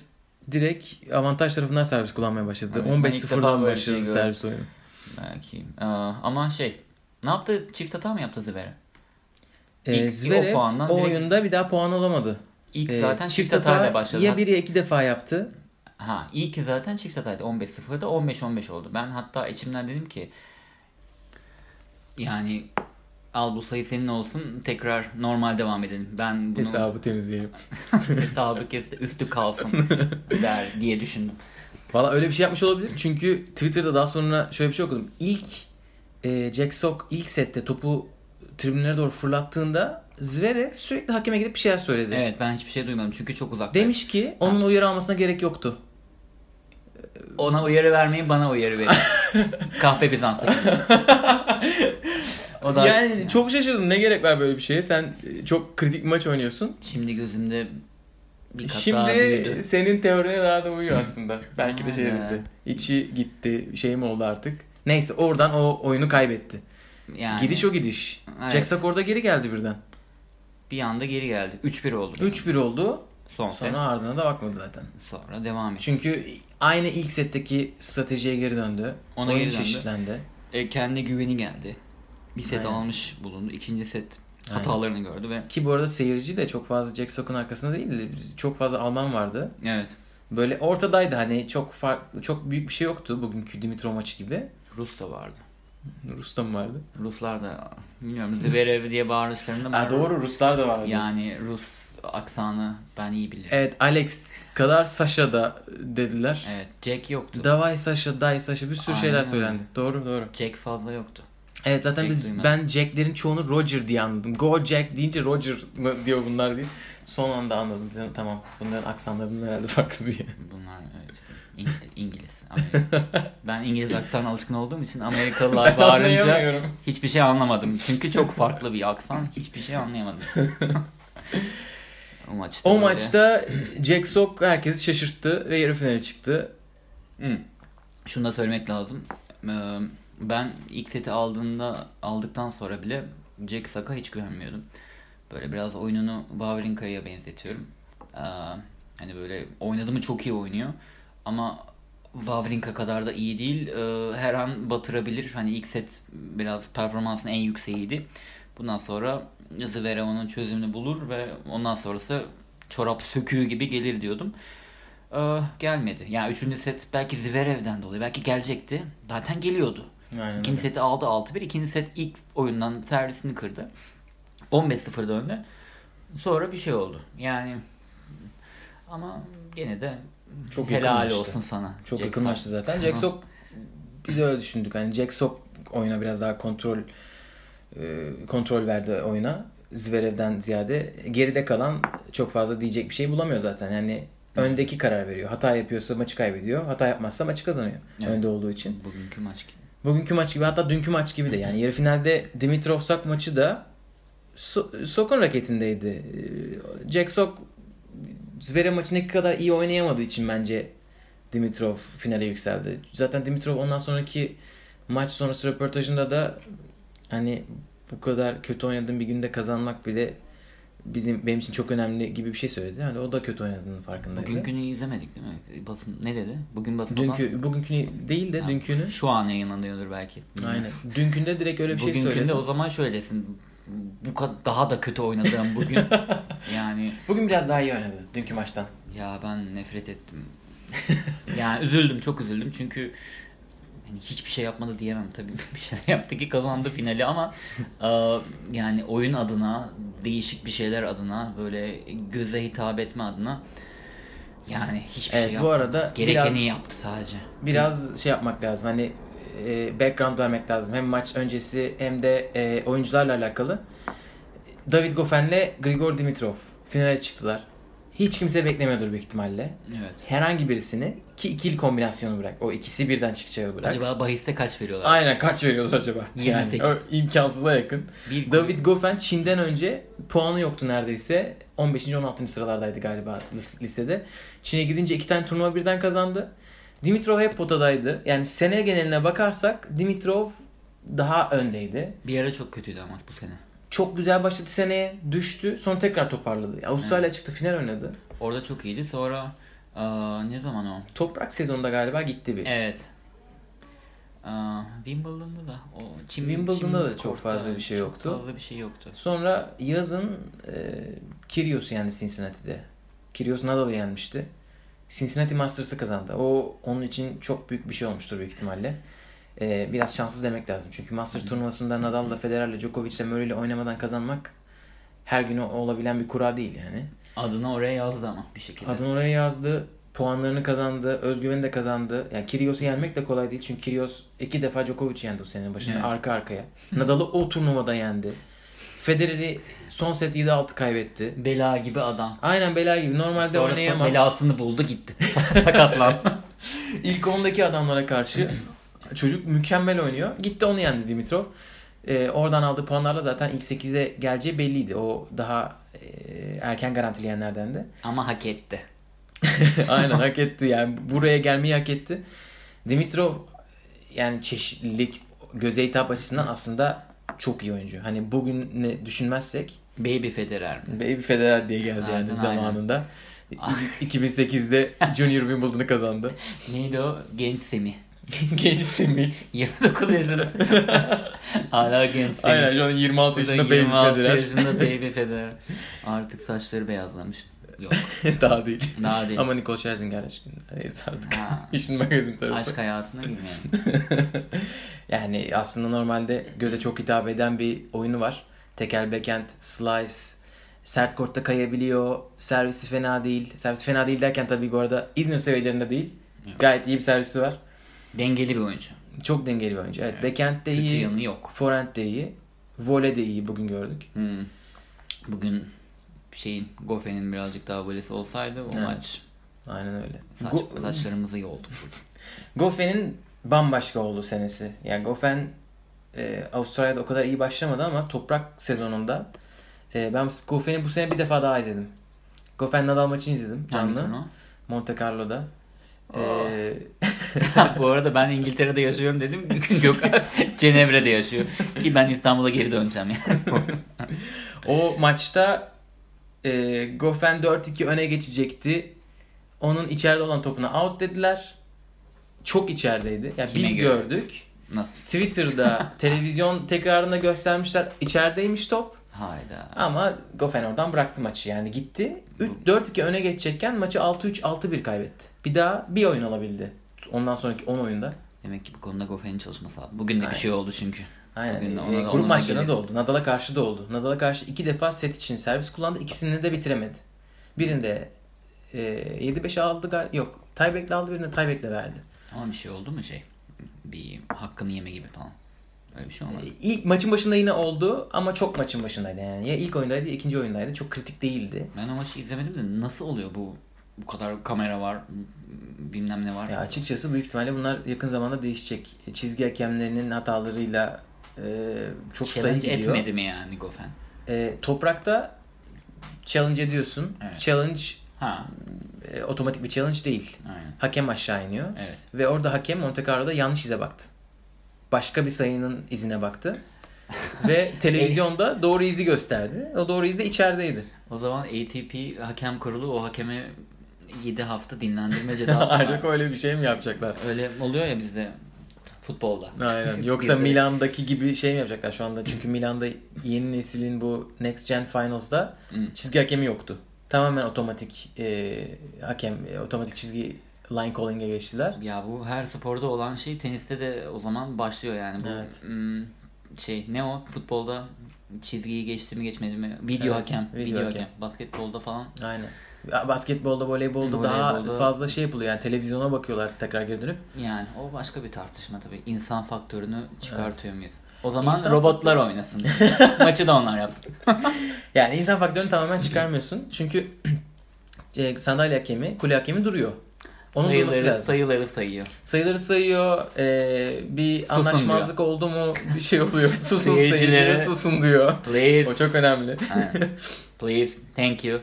Speaker 1: direkt avantaj tarafından servis kullanmaya başladı.
Speaker 2: Evet, ben ilk
Speaker 1: 15-0'dan
Speaker 2: defa böyle
Speaker 1: başladı
Speaker 2: şey gördüm.
Speaker 1: servis oyunu.
Speaker 2: Belki. Aa, ama şey ne yaptı? Çift hata mı yaptı Zverev? İlk-
Speaker 1: Ee,
Speaker 2: o
Speaker 1: Zverev o,
Speaker 2: puandan direkt-
Speaker 1: oyunda bir daha puan alamadı.
Speaker 2: İlk
Speaker 1: Ee,
Speaker 2: zaten çift, hatayla başladı.
Speaker 1: Ya bir ya iki defa yaptı.
Speaker 2: Ha, iyi ki zaten çift hataydı. 15-0'da 15-15 oldu. Ben hatta içimden dedim ki yani al bu sayı senin olsun tekrar normal devam edin. Ben bunu
Speaker 1: Hesabı temizleyelim.
Speaker 2: hesabı kesti
Speaker 1: [laughs]
Speaker 2: üstü kalsın der diye düşündüm.
Speaker 1: Valla öyle bir şey yapmış olabilir. Çünkü Twitter'da daha sonra şöyle bir şey okudum. İlk e, Jack Sock ilk sette topu tribünlere doğru fırlattığında Zverev sürekli hakeme gidip bir şeyler söyledi.
Speaker 2: Evet ben hiçbir şey duymadım çünkü çok uzak.
Speaker 1: Demiş ki onun uyarı almasına gerek yoktu.
Speaker 2: Ona uyarı vermeyin bana uyarı verin.
Speaker 1: [laughs]
Speaker 2: Kahpe Bizans. o da
Speaker 1: yani çok şaşırdım. Ne gerek var böyle bir şeye? Sen e, çok kritik bir maç oynuyorsun.
Speaker 2: şimdi gözümde bir kat daha büyüdü.
Speaker 1: Şimdi senin teorine daha da uyuyor
Speaker 2: [laughs]
Speaker 1: aslında. Belki de şey
Speaker 2: Aynen.
Speaker 1: dedi. İçi gitti. Şey mi oldu artık? Neyse oradan o oyunu kaybetti.
Speaker 2: Yani
Speaker 1: Gidiş o gidiş.
Speaker 2: Evet.
Speaker 1: Jack Sock orada geri geldi birden.
Speaker 2: bir anda geri geldi. 3-1 oldu.
Speaker 1: 3-1 oldu.
Speaker 2: son set.
Speaker 1: Sonra ardına da bakmadı zaten.
Speaker 2: Sonra devam et.
Speaker 1: Çünkü aynı ilk setteki stratejiye geri döndü.
Speaker 2: Ona
Speaker 1: Oyun
Speaker 2: geri döndü.
Speaker 1: çeşitlendi.
Speaker 2: E, kendine güveni geldi. Bir set
Speaker 1: Aynen.
Speaker 2: almış bulundu. İkinci set hatalarını gördü ve
Speaker 1: Ki bu arada seyirci de çok fazla Jack Sock'un arkasında değildi. Çok fazla Alman vardı.
Speaker 2: evet
Speaker 1: Böyle ortadaydı hani çok farklı, çok büyük bir şey yoktu bugünkü Dimitrov maçı gibi.
Speaker 2: Rus da vardı.
Speaker 1: Rus'ta mı vardı?
Speaker 2: Ruslar da bilmiyorum Zverev diye bağırışlarında
Speaker 1: Ha, doğru Ruslar da vardı.
Speaker 2: Yani Rus aksanı ben iyi bilirim. Evet,
Speaker 1: Evet Alex kadar Sasha da dediler.
Speaker 2: Jack yoktu.
Speaker 1: Davay Sasha, Day Sasha bir sürü
Speaker 2: Aynen
Speaker 1: şeyler
Speaker 2: öyle.
Speaker 1: söylendi. Doğru doğru.
Speaker 2: Jack fazla yoktu.
Speaker 1: Evet zaten
Speaker 2: Jack
Speaker 1: biz
Speaker 2: duymadım.
Speaker 1: ben Jack'lerin çoğunu Roger diye anladım. Go Jack deyince Roger mı diyor bunlar diye. Son anda anladım. Dedim, Tamam bunların aksanlarının herhalde farklı [laughs] diye.
Speaker 2: Bunlar evet. İngiliz. İngiliz Amerika. ben İngiliz aksanına alışkın olduğum
Speaker 1: [laughs]
Speaker 2: için Amerikalılar bağırınca
Speaker 1: Anlayamıyorum.
Speaker 2: hiçbir şey anlamadım. Çünkü çok farklı bir aksan. Hiçbir şey anlayamadım. o maçta.
Speaker 1: O
Speaker 2: böyle-
Speaker 1: maçta Jack Sock herkesi şaşırttı ve yarı finale çıktı.
Speaker 2: Hı. Şunu da söylemek lazım. Ee, Ben ilk seti aldığında aldıktan sonra bile Jack Sock'a hiç güvenmiyordum. Böyle biraz oyununu Wawrinka'ya benzetiyorum. Ee, Hani böyle oynadı mı çok iyi oynuyor. Ama Wawrinka kadar da iyi değil. Ee, Her an batırabilir. Hani ilk set biraz performansın en yükseğiydi. Bundan sonra Zverev onun çözümünü bulur ve ondan sonrası çorap söküğü gibi gelir diyordum. Ee, gelmedi. Yani üçüncü set belki Zverev'den dolayı. Belki gelecekti. Zaten geliyordu.
Speaker 1: Aynen
Speaker 2: İkinci seti aldı 6-1. İkinci set ilk oyundan servisini kırdı. 15-0 döndü. Sonra bir şey oldu. Yani ama gene de
Speaker 1: Çok yakın
Speaker 2: helal
Speaker 1: maçtı.
Speaker 2: olsun sana.
Speaker 1: Çok
Speaker 2: Jackson.
Speaker 1: yakın maçtı zaten. Jack Sock biz öyle düşündük. Hani Jack Sock oyuna biraz daha kontrol e, kontrol verdi oyuna. Zverev'den ziyade geride kalan çok fazla diyecek bir şey bulamıyor zaten. Yani öndeki karar veriyor. Hata yapıyorsa maçı kaybediyor. Hata yapmazsa maçı kazanıyor.
Speaker 2: Evet.
Speaker 1: Önde olduğu için.
Speaker 2: Bugünkü maç gibi.
Speaker 1: Bugünkü maç gibi hatta dünkü maç gibi de yani yarı finalde Dimitrov Sak maçı da So- Sok'un raketindeydi. Ee, Jack Sok Zverev maçındaki kadar iyi oynayamadığı için bence Dimitrov finale yükseldi. Zaten Dimitrov ondan sonraki maç sonrası röportajında da hani bu kadar kötü oynadığım bir günde kazanmak bile bizim benim için çok önemli gibi bir şey söyledi. Hani o da kötü oynadığının farkındaydı.
Speaker 2: Bugünkünü izlemedik değil mi? Basın ne dedi? Bugün basın
Speaker 1: Dünkü bugünkünü değil de dünkünü.
Speaker 2: Şu an yayınlanıyordur belki. Bilmiyorum.
Speaker 1: Aynen. Dünkünde direkt öyle bir şey
Speaker 2: Bugünkünde
Speaker 1: söyledi.
Speaker 2: o zaman şöylesin. Bu kadar daha da kötü
Speaker 1: [laughs]
Speaker 2: oynadığım bugün. yani
Speaker 1: Bugün biraz daha iyi oynadı dünkü maçtan.
Speaker 2: Ya ben
Speaker 1: [laughs]
Speaker 2: nefret ettim. yani üzüldüm çok üzüldüm çünkü hani hiçbir şey yapmadı diyemem tabii [laughs] bir şeyler yaptı ki kazandı finali ama e, yani oyun adına değişik bir şeyler adına böyle göze hitap etme adına yani hiçbir
Speaker 1: Evet
Speaker 2: şey
Speaker 1: bu
Speaker 2: yapmadı.
Speaker 1: arada
Speaker 2: Gerekeni
Speaker 1: biraz,
Speaker 2: yaptı sadece.
Speaker 1: biraz şey yapmak lazım hani e, background vermek lazım hem maç öncesi hem de e, oyuncularla alakalı. David Goffen'le Grigor Dimitrov finale çıktılar. Hiç kimse beklemiyordur büyük ihtimalle.
Speaker 2: Evet.
Speaker 1: Herhangi birisini ki ikili kombinasyonu bırak. O ikisi birden çıkacağı bırak.
Speaker 2: Acaba bahiste kaç veriyorlar?
Speaker 1: Aynen kaç veriyoruz acaba?
Speaker 2: 28.
Speaker 1: Yani, o imkansıza yakın.
Speaker 2: Bir
Speaker 1: David Goffin Çin'den önce puanı yoktu neredeyse. 15. 16. sıralardaydı galiba lis- listede. Çin'e gidince iki tane turnuva birden kazandı. Dimitrov hep potadaydı. Yani sene geneline bakarsak Dimitrov daha öndeydi.
Speaker 2: bir ara çok kötüydü ama bu sene.
Speaker 1: Çok güzel başladı seneye. Düştü. Sonra tekrar toparladı. Avustralya çıktı. Final oynadı.
Speaker 2: Orada çok iyiydi. Sonra e, ne zaman o?
Speaker 1: Toprak sezonunda galiba gitti bir.
Speaker 2: Evet. Aa, Wimbledon'da da o çim,
Speaker 1: Wimbledon'da da çok
Speaker 2: kortta
Speaker 1: fazla bir şey
Speaker 2: çok
Speaker 1: yoktu.
Speaker 2: fazla bir şey yoktu.
Speaker 1: Sonra yazın e, Kyrgios'u yendi Cincinnati'de. Kyrgios Nadal'ı yenmişti. Cincinnati Masters'ı kazandı. O onun için çok büyük bir şey olmuştur büyük ihtimalle. E, biraz şanssız demek lazım. Çünkü Master turnuvasında Nadal'la, Federer'le, Djokovic'le, Murray'le oynamadan kazanmak her gün o- olabilen bir kura değil yani.
Speaker 2: Adını oraya yazdı ama bir şekilde.
Speaker 1: Adını oraya yazdı. Puanlarını kazandı. Özgüveni de kazandı. Yani Kyrgios'u yenmek de kolay değil. Çünkü Kyrgios iki defa Djokovic'i yendi bu senenin başında.
Speaker 2: Evet.
Speaker 1: Arka arkaya. Nadal'ı o turnuvada yendi. Federer'i son set 7-6 kaybetti.
Speaker 2: Bela gibi adam.
Speaker 1: Aynen bela gibi. Normalde
Speaker 2: Sonra
Speaker 1: oynayamaz.
Speaker 2: belasını buldu gitti. [laughs] Sakatlan.
Speaker 1: İlk 10'daki adamlara karşı çocuk mükemmel oynuyor. Gitti onu yendi Dimitrov. Ee, oradan aldığı puanlarla zaten ilk 8'e geleceği belliydi. O daha e, erken garantileyenlerden de.
Speaker 2: ama hak etti.
Speaker 1: [laughs] Aynen hak etti yani buraya gelmeyi hak etti. Dimitrov yani çeşitlilik göze hitap açısından aslında çok iyi oyuncu. Hani bugün ne düşünmezsek
Speaker 2: Baby Federer mi?
Speaker 1: Baby Federer diye geldi yani
Speaker 2: Aynen,
Speaker 1: zamanında. İ- 2008'de
Speaker 2: [laughs]
Speaker 1: Junior Wimbledon'ı kazandı.
Speaker 2: Neydi o? Genç Semih.
Speaker 1: Genç Semih.
Speaker 2: 29 yaşında. [laughs] Hala genç Semih.
Speaker 1: Aynen şu an 26
Speaker 2: Bu da
Speaker 1: yaşında Baby
Speaker 2: 26
Speaker 1: Federer.
Speaker 2: yaşında Baby Federer. Artık saçları beyazlamış. Yok
Speaker 1: [laughs] Daha değil.
Speaker 2: daha
Speaker 1: [laughs]
Speaker 2: değil.
Speaker 1: Ama Nicole Scherzinger aşkına. Neyse artık. [laughs]
Speaker 2: Ha,
Speaker 1: İşin magazin tarafı.
Speaker 2: aşk hayatına girmeyelim.
Speaker 1: Yani aslında normalde göze çok hitap eden bir oyunu var. Tekel backhand, slice, sert kortta kayabiliyor. Servisi fena değil. Servisi fena değil derken tabii bu arada İzmir seviyelerinde değil.
Speaker 2: Evet.
Speaker 1: Gayet iyi bir servisi var.
Speaker 2: Dengeli bir oyuncu.
Speaker 1: Çok dengeli bir oyuncu. Evet,
Speaker 2: Evet.
Speaker 1: backhand de
Speaker 2: Kötü
Speaker 1: iyi.
Speaker 2: yanı yok.
Speaker 1: Forehand de iyi. Voley de iyi bugün gördük.
Speaker 2: Hmm. Bugün şeyin Goffen'in birazcık daha böylesi olsaydı o
Speaker 1: Evet.
Speaker 2: maç
Speaker 1: Aynen öyle.
Speaker 2: saç,
Speaker 1: Go-
Speaker 2: saçlarımızı yolduk.
Speaker 1: Goffen'in bambaşka oldu senesi. Yani Goffen e, Avustralya'da o kadar iyi başlamadı ama toprak sezonunda e, ben Goffen'i bu sene bir defa daha izledim. Goffen Nadal maçını izledim [laughs]
Speaker 2: Hangisi
Speaker 1: canlı.
Speaker 2: o?
Speaker 1: Monte Carlo'da. E,
Speaker 2: [laughs] Bu arada ben İngiltere'de yaşıyorum dedim. [laughs] Yok Cenevre'de yaşıyor. Ki ben İstanbul'a geri
Speaker 1: [laughs]
Speaker 2: döneceğim yani. Ah.
Speaker 1: o maçta e, Goffen 4-2 öne geçecekti. Onun içeride olan topuna out dediler. Çok içerideydi. Yani
Speaker 2: Kime
Speaker 1: biz
Speaker 2: göre?
Speaker 1: gördük.
Speaker 2: Nasıl?
Speaker 1: Twitter'da [laughs] televizyon tekrarında göstermişler. İçerideymiş top.
Speaker 2: Hayda.
Speaker 1: Ama Goffin oradan bıraktı maçı. Yani gitti. Üç- 4-2 öne geçecekken maçı 6-3 6-1 kaybetti. Bir daha bir oyun alabildi. Ondan sonraki 10 oyunda.
Speaker 2: Demek ki bu konuda Goffen'in çalışması lazım. Bugün de bir
Speaker 1: Aynen.
Speaker 2: şey oldu çünkü.
Speaker 1: Aynen.
Speaker 2: Bugün
Speaker 1: E,
Speaker 2: ona da- ona
Speaker 1: grup
Speaker 2: da
Speaker 1: maçlarında da
Speaker 2: geliriz.
Speaker 1: oldu. Nadal'a karşı da oldu. Nadal'a karşı iki defa set için servis kullandı. İkisini de bitiremedi. Birinde e, 7-5 aldı gal yok. Tiebreak'le aldı birinde tiebreak'le verdi.
Speaker 2: Ama bir şey oldu mu şey? Bir hakkını yeme gibi falan. Öyle bir şey olmadı.
Speaker 1: İlk maçın başında yine oldu ama çok maçın başındaydı yani. Ya ilk oyundaydı ya ikinci oyundaydı. Çok kritik değildi.
Speaker 2: Ben o maçı izlemedim de nasıl oluyor bu? Bu kadar kamera var, bilmem ne var.
Speaker 1: Ya E, açıkçası büyük ihtimalle bunlar yakın zamanda değişecek. E, Çizgi hakemlerinin hatalarıyla e, çok sayı
Speaker 2: Challenge
Speaker 1: gidiyor.
Speaker 2: etmedi mi yani Goffen?
Speaker 1: E, toprakta challenge ediyorsun.
Speaker 2: Evet.
Speaker 1: Challenge
Speaker 2: Ha,
Speaker 1: e, otomatik bir challenge değil.
Speaker 2: aynen.
Speaker 1: Hakem aşağı iniyor.
Speaker 2: Evet.
Speaker 1: Ve orada hakem Monte Carlo'da yanlış ize baktı. Başka bir sayının izine baktı.
Speaker 2: [laughs]
Speaker 1: Ve televizyonda doğru izi gösterdi. O doğru iz de [laughs] içerideydi.
Speaker 2: O zaman ATP hakem kurulu o hakeme 7 hafta
Speaker 1: [laughs]
Speaker 2: dinlendirme cezası var.
Speaker 1: öyle bir şey mi yapacaklar?
Speaker 2: Öyle oluyor ya bizde futbolda. [laughs]
Speaker 1: Aynen.
Speaker 2: Biz-
Speaker 1: Yoksa
Speaker 2: bizde-
Speaker 1: Milan'daki gibi şey mi yapacaklar şu anda? Çünkü Milan'da yeni neslin bu Next Gen Finals'da
Speaker 2: Hı.
Speaker 1: çizgi hakemi yoktu. Tamamen otomatik e, hakem, e, otomatik çizgi line calling'e geçtiler.
Speaker 2: Ya bu her sporda olan şey teniste de o zaman başlıyor yani. Bu,
Speaker 1: Evet.
Speaker 2: ım, şey ne o futbolda çizgiyi geçti mi geçmedi mi? Video
Speaker 1: Evet,
Speaker 2: hakem.
Speaker 1: video
Speaker 2: Video,
Speaker 1: hakem.
Speaker 2: hakem. Basketbolda falan.
Speaker 1: Aynen. Basketbolda, voleybolda daha
Speaker 2: Voleybolda-
Speaker 1: fazla şey yapılıyor. Yani televizyona bakıyorlar tekrar geri dönüp.
Speaker 2: Yani o başka bir tartışma tabii. İnsan faktörünü çıkartıyor muyuz? O zaman
Speaker 1: İnsan
Speaker 2: robotlar oynasın. [laughs] Maçı da onlar yapsın.
Speaker 1: Yani insan faktörünü tamamen çıkarmıyorsun. Çünkü [clears throat] e, sandalye hakemi, kule hakemi duruyor. Onun durması
Speaker 2: sayıları,
Speaker 1: lazım.
Speaker 2: sayıları sayıyor.
Speaker 1: Sayıları sayıyor. eee, bir
Speaker 2: Susun
Speaker 1: anlaşmazlık oldu mu bir şey
Speaker 2: [laughs]
Speaker 1: oluyor. Susun
Speaker 2: Seyircilere-
Speaker 1: seyircilere susun diyor. O
Speaker 2: Please.
Speaker 1: çok önemli. [laughs]
Speaker 2: Aynen. Please. Thank you.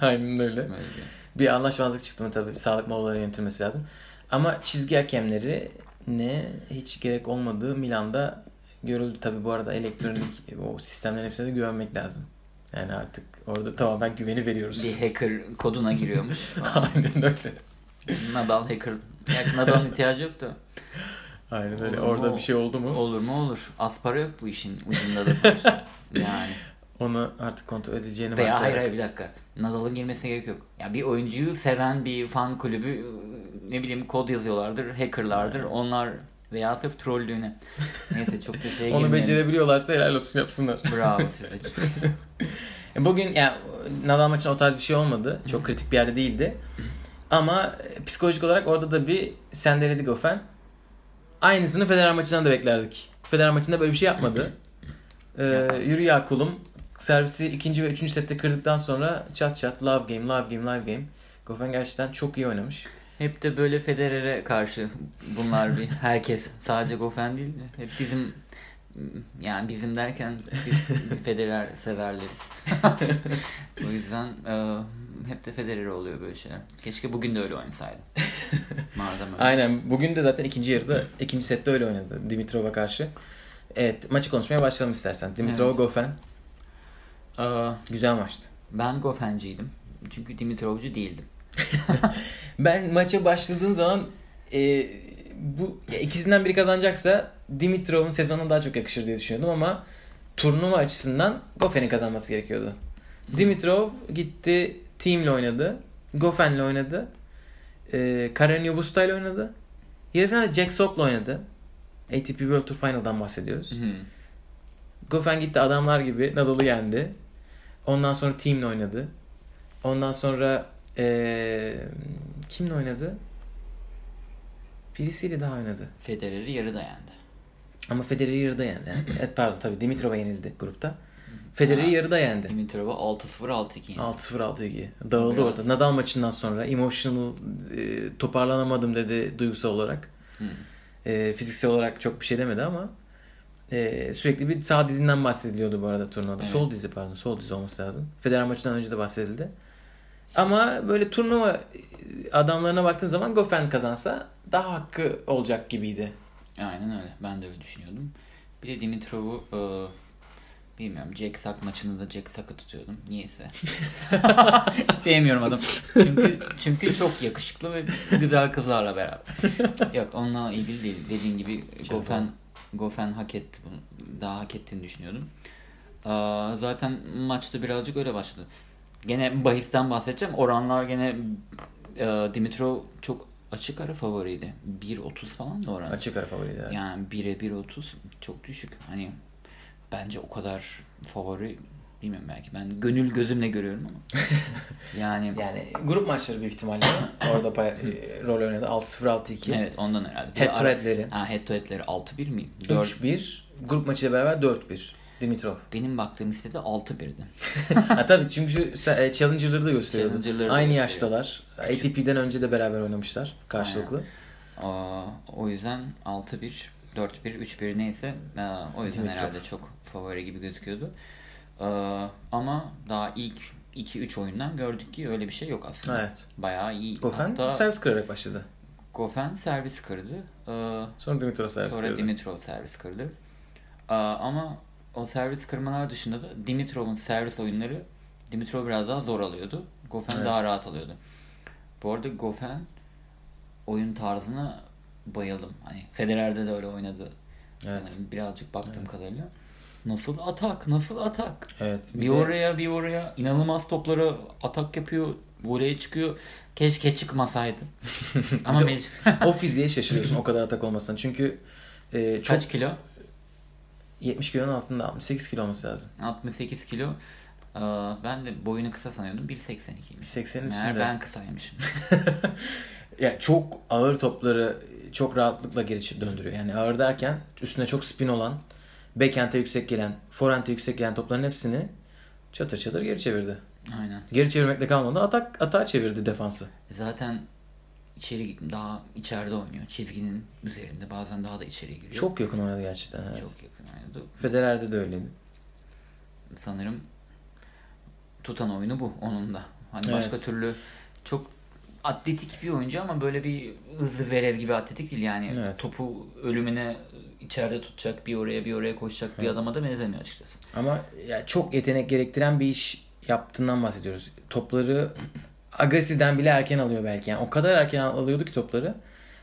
Speaker 1: Aynen öyle.
Speaker 2: Böyle diyor.
Speaker 1: Bir anlaşmazlık çıktı mı tabii sağlık molaları yönetilmesi lazım. Ama çizgi hakemleri ne hiç gerek olmadığı Milan'da görüldü. Tabii bu arada elektronik o sistemlerin hepsine de güvenmek lazım. Yani artık orada tamamen güveni veriyoruz.
Speaker 2: Bir hacker koduna giriyormuş.
Speaker 1: [laughs] Aynen öyle.
Speaker 2: Nadal hacker. Ya Nadal'ın ihtiyacı yoktu.
Speaker 1: Aynen öyle.
Speaker 2: Olur mu?
Speaker 1: Orada bir şey oldu mu
Speaker 2: Olur mu olur. Az para yok bu işin ucunda da
Speaker 1: [laughs]
Speaker 2: sonuçta. Yani.
Speaker 1: onu artık kontrol edeceğini
Speaker 2: Veya hayır
Speaker 1: varsayarak.
Speaker 2: hayır bir dakika. Nadal'ın girmesine gerek yok. Ya bir oyuncuyu seven bir fan kulübü ne bileyim kod yazıyorlardır, hackerlardır. Onlar veya sırf trollüğüne. Neyse çok da şeye
Speaker 1: Onu
Speaker 2: girmeyelim.
Speaker 1: becerebiliyorlarsa helal olsun yapsınlar.
Speaker 2: Bravo size.
Speaker 1: E, Bugün yani Nadal maçında o tarz bir şey olmadı. Çok kritik bir yerde değildi. Ama e, psikolojik olarak orada da bir sendeledi Goffin. Aynısını Federer maçından da beklerdik. Federer maçında böyle bir şey yapmadı. Ee, yürü ya kulum. Servisi ikinci ve üçüncü sette kırdıktan sonra çat çat love game, love game, love game. Goffin gerçekten çok iyi oynamış.
Speaker 2: Hep de böyle Federer'e karşı bunlar bir herkes. Sadece Goffin değil de hep bizim yani bizim derken biz Federer severleriz. [laughs] o yüzden e, hep de Federer oluyor böyle şeyler. Keşke bugün de öyle oynasaydı. Madem öyle.
Speaker 1: Aynen. Bugün de zaten ikinci yarıda, ikinci sette öyle oynadı Dimitrov'a karşı. Evet, maçı konuşmaya başlayalım istersen. Dimitrov
Speaker 2: Evet.
Speaker 1: Goffin
Speaker 2: E,
Speaker 1: güzel maçtı.
Speaker 2: ben Goffen'ciydim. Çünkü Dimitrovcu değildim.
Speaker 1: Ben maça başladığım zaman e, bu ya ikisinden biri kazanacaksa Dimitrov'un sezonuna daha çok yakışır diye düşünüyordum ama turnuva açısından Goffen'in kazanması gerekiyordu. Dimitrov gitti Team'le oynadı. Goffen'le oynadı. E, Karen Yobusta'yla oynadı. Yarı finalde Jack Sock'la oynadı. ATP World Tour Final'dan bahsediyoruz. Goffin gitti adamlar gibi Nadal'ı yendi. Ondan sonra Team'le oynadı. Ondan sonra eee kimle oynadı? Birisiyle daha oynadı.
Speaker 2: Federer'i yarı dayandı.
Speaker 1: Ama Federer'i yarıda yendi. Yani. Evet pardon tabii Dimitrov'a yenildi grupta. Federer'i yarıda yendi.
Speaker 2: Dimitrova 6-0 6-2.
Speaker 1: 6-0-6 2. Dağıldı
Speaker 2: Biraz.
Speaker 1: orada. Nadal maçından sonra emotional e, toparlanamadım dedi duygusal olarak. E, fiziksel olarak çok bir şey demedi ama e, sürekli bir sağ dizinden bahsediliyordu bu arada turnuvada.
Speaker 2: Evet.
Speaker 1: Sol dizi pardon. Sol dizi olması lazım. Federer maçından önce de bahsedildi. Ama böyle turnuva adamlarına baktığın zaman Goffin kazansa daha hakkı olacak gibiydi.
Speaker 2: Aynen öyle. Ben de öyle düşünüyordum. Bir de Dimitrov'u e, bilmiyorum Jack Sack maçında da Jack Sack'ı tutuyordum. Niyeyse. [laughs] Sevmiyorum adam. Çünkü, çünkü çok yakışıklı ve güzel kızlarla beraber. Yok onunla ilgili değil. Dediğin gibi Goffin, Goffin hak etti bunu. Daha hak ettiğini düşünüyordum. E, zaten maçta birazcık öyle başladı. Gene bahisten bahsedeceğim. Oranlar gene e, Dimitrov çok açık ara favoriydi. 1.30 falan da oran.
Speaker 1: Açık ara favoriydi. evet.
Speaker 2: Yani 1'e 1.30 çok düşük. Hani bence o kadar favori bilmiyorum belki. Ben gönül gözümle görüyorum
Speaker 1: [laughs]
Speaker 2: ama. yani
Speaker 1: Yani grup maçları büyük ihtimalle orada
Speaker 2: [laughs]
Speaker 1: pay- e, rol oynadı. 6-0-6-2.
Speaker 2: evet ondan herhalde.
Speaker 1: Head to head'leri.
Speaker 2: Ha, head to head'leri 6-1 mi? 4.
Speaker 1: 3-1. Grup maçıyla beraber 4-1. Dimitrov. [laughs]
Speaker 2: Benim baktığım listede 6-1'di.
Speaker 1: ha tabii çünkü sen- e, Challenger'ları da gösteriyordu.
Speaker 2: Challenger'ları da
Speaker 1: Aynı
Speaker 2: gösteriyor.
Speaker 1: yaştalar. ATP'den önce de beraber oynamışlar karşılıklı.
Speaker 2: Aa, o yüzden 6-1, 4-1, 3-1 neyse aa, o yüzden
Speaker 1: Dimitrov.
Speaker 2: herhalde çok favori gibi gözüküyordu. Aa, ama daha ilk 2-3 oyundan gördük ki öyle bir şey yok aslında.
Speaker 1: Evet.
Speaker 2: Bayağı iyi.
Speaker 1: Goffin
Speaker 2: Hatta
Speaker 1: servis kırarak başladı.
Speaker 2: Goffin servis kırdı. Ee,
Speaker 1: Sonra Dimitrov servis
Speaker 2: sonra
Speaker 1: kırdı.
Speaker 2: Dimitrov servis kırdı. Ee, ama o servis kırmalar dışında da Dimitrov'un servis oyunları Dimitrov biraz daha zor alıyordu. Goffin
Speaker 1: Evet.
Speaker 2: daha rahat alıyordu. Bu arada Goffin oyun tarzına bayıldım. Hani Federer'de de öyle oynadı.
Speaker 1: Evet.
Speaker 2: Yani birazcık baktığım kadarıyla. Nasıl atak, nasıl atak.
Speaker 1: Evet.
Speaker 2: Bir,
Speaker 1: de-
Speaker 2: oraya bir oraya inanılmaz toplara atak yapıyor. Voleye çıkıyor.
Speaker 1: [laughs]
Speaker 2: Keşke çıkmasaydı. Ama mecbur. [laughs]
Speaker 1: o fiziğe şaşırıyorsun o kadar atak olmasına. Çünkü e, çok
Speaker 2: Kaç kilo?
Speaker 1: 70 kilonun altında 68 kilo olması lazım.
Speaker 2: 68 kilo. Ee, ben de boyunu kısa sanıyordum. 1.82'ymiş.
Speaker 1: 80'in
Speaker 2: Meğer
Speaker 1: üstünde. [laughs]
Speaker 2: ben kısaymışım.
Speaker 1: Ya çok ağır topları çok rahatlıkla geri çi- döndürüyor. Yani ağır derken üstüne çok spin olan, backhand'e yüksek gelen, forehand'e yüksek gelen topların hepsini çatır çatır geri çevirdi.
Speaker 2: Aynen.
Speaker 1: Geri çevirmekle kalmadı. Atak atağa çevirdi defansı.
Speaker 2: Zaten içeri gittim. Daha içeride oynuyor. Çizginin üzerinde. Bazen daha da içeri giriyor.
Speaker 1: Çok yakın oynadı gerçekten. Evet.
Speaker 2: Çok yakın oynadı.
Speaker 1: Federer'de de öyleydi.
Speaker 2: Sanırım tutan oyunu bu onun da. Hani
Speaker 1: Evet.
Speaker 2: başka türlü çok atletik bir oyuncu ama böyle bir hızlı verev gibi atletik değil yani.
Speaker 1: Evet.
Speaker 2: Topu ölümüne içeride tutacak, bir oraya bir oraya koşacak bir adama da benzemiyor açıkçası.
Speaker 1: Ama ya çok yetenek gerektiren bir iş yaptığından bahsediyoruz. Topları Agassi'den bile erken alıyor belki. Yani o kadar erken alıyordu ki topları.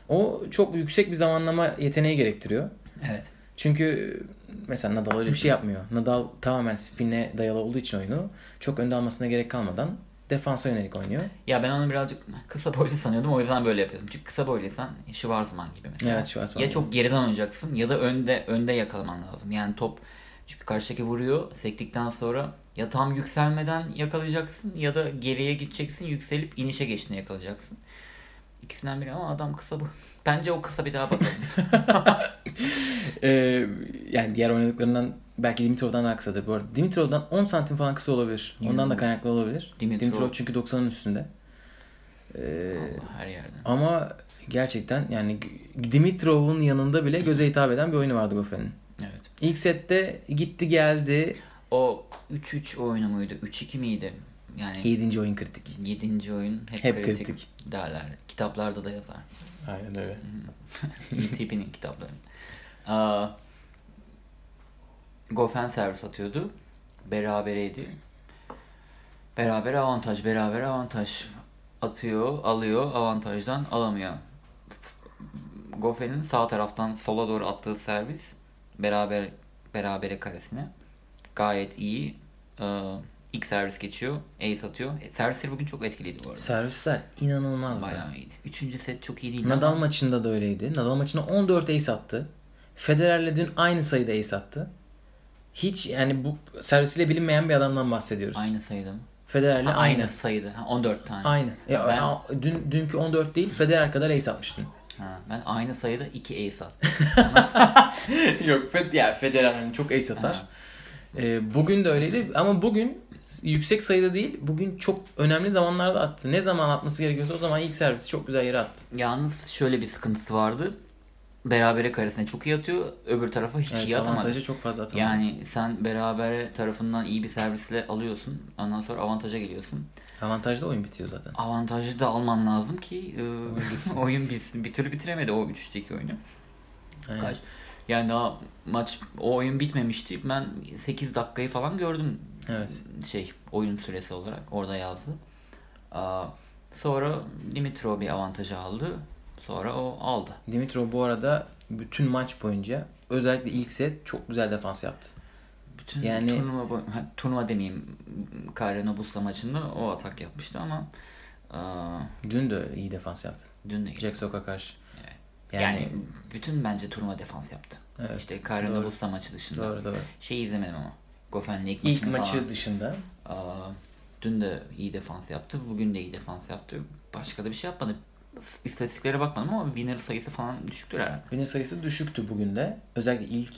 Speaker 1: O çok yüksek bir zamanlama yeteneği gerektiriyor.
Speaker 2: Evet.
Speaker 1: Çünkü mesela Nadal öyle bir şey yapmıyor. Nadal tamamen spin'e dayalı olduğu için oyunu çok önde almasına gerek kalmadan defansa yönelik oynuyor.
Speaker 2: Ya ben onu birazcık kısa boylu sanıyordum o yüzden böyle yapıyordum. Çünkü kısa boyluysan Schwarzman gibi mesela.
Speaker 1: Evet şu an
Speaker 2: Ya çok geriden oynayacaksın ya da önde önde yakalaman lazım. Yani top çünkü karşıdaki vuruyor sektikten sonra ya tam yükselmeden yakalayacaksın ya da geriye gideceksin yükselip inişe geçtiğinde yakalayacaksın. İkisinden biri ama adam kısa bu. [laughs] Bence o kısa bir daha bakalım.
Speaker 1: Ee, yani diğer oynadıklarından belki Dimitrov'dan daha kısadır bu arada. Dimitrov'dan 10 santim falan kısa olabilir. Ondan da kaynaklı olabilir.
Speaker 2: Dimitrov.
Speaker 1: Dimitrov, çünkü 90'ın üstünde. [laughs] Ee,
Speaker 2: Allah her yerden.
Speaker 1: ama gerçekten yani Dimitrov'un yanında bile göze hitap eden bir oyunu vardı Goffen'in.
Speaker 2: Evet.
Speaker 1: İlk sette gitti geldi.
Speaker 2: O 3-3 oyunu muydu? 3-2 miydi? Yani
Speaker 1: 7. oyun kritik.
Speaker 2: 7. oyun hep,
Speaker 1: Hep
Speaker 2: kritik,
Speaker 1: kritik.
Speaker 2: derler. Kitaplarda da yazar.
Speaker 1: Aynen öyle.
Speaker 2: ETP'nin kitaplarını. Aa, Goffin servis atıyordu. Berabereydi. Beraber avantaj, beraber avantaj. Atıyor, alıyor, avantajdan alamıyor. Goffen'in sağ taraftan sola doğru attığı servis beraber berabere karesine gayet iyi. Ee, ilk servis geçiyor, ace atıyor. E, servisleri bugün çok etkiliydi bu arada.
Speaker 1: Servisler inanılmazdı.
Speaker 2: Bayağı iyiydi. Üçüncü set çok iyi değil.
Speaker 1: Nadal maçında da öyleydi. Nadal maçında 14 ace attı. Federer'le dün aynı sayıda ace attı. Hiç yani bu servisiyle bilinmeyen bir adamdan bahsediyoruz.
Speaker 2: Aynı sayıda mı?
Speaker 1: Federer'le
Speaker 2: Ha,
Speaker 1: aynı.
Speaker 2: aynı sayıda. Ha, 14 tane.
Speaker 1: Aynı. Ya,
Speaker 2: Ben-
Speaker 1: a- dün dünkü 14 değil Federer kadar ace atmış
Speaker 2: [laughs]
Speaker 1: dün.
Speaker 2: Ha, ben aynı sayıda 2 ace attım. hani
Speaker 1: Yok Fed ya Federer çok ace atar. Ee, bugün de öyleydi ama bugün yüksek sayıda değil. Bugün çok önemli zamanlarda attı. Ne zaman atması gerekiyorsa o zaman ilk servisi çok güzel yere attı.
Speaker 2: Yalnız şöyle bir sıkıntısı vardı. Berabere karesine çok iyi atıyor. Öbür tarafa hiç
Speaker 1: Evet,
Speaker 2: iyi atamadı.
Speaker 1: avantajı çok fazla atamadı.
Speaker 2: Yani sen berabere tarafından iyi bir servisle alıyorsun. Ondan sonra avantaja geliyorsun.
Speaker 1: Avantajlı oyun bitiyor zaten.
Speaker 2: Avantajı da alman lazım ki e, [laughs] oyun bitsin. Bir türlü bitiremedi o 3-3'teki oyunu.
Speaker 1: Aynen.
Speaker 2: Kaç? Yani daha maç o oyun bitmemişti. Ben 8 dakikayı falan gördüm
Speaker 1: Evet.
Speaker 2: şey oyun süresi olarak orada yazdı. Aa, sonra Dimitrov bir avantajı aldı. Sonra o aldı.
Speaker 1: Dimitrov bu arada bütün maç boyunca özellikle ilk set çok güzel defans yaptı.
Speaker 2: Bütün
Speaker 1: Yani-
Speaker 2: turnuva boy- ha, turnuva demeyeyim Karenobus'la maçında o atak yapmıştı ama aa,
Speaker 1: Dün de iyi defans yaptı.
Speaker 2: dün de
Speaker 1: Jack Sock'a karşı.
Speaker 2: Evet.
Speaker 1: Yani,
Speaker 2: yani, bütün bence turnuva defans yaptı.
Speaker 1: Evet.
Speaker 2: İşte Karenobus'la maçı dışında.
Speaker 1: doğru doğru.
Speaker 2: Şey izlemedim ama. Goffen'le ilk,
Speaker 1: İlk
Speaker 2: maçını
Speaker 1: maçı
Speaker 2: falan.
Speaker 1: dışında
Speaker 2: Aa, dün de iyi defans yaptı. Bugün de iyi defans yaptı. Başka da bir şey yapmadı. İstatistiklere bakmadım ama winner sayısı falan düşüktür herhalde.
Speaker 1: Winner sayısı düşüktü bugün de. Özellikle ilk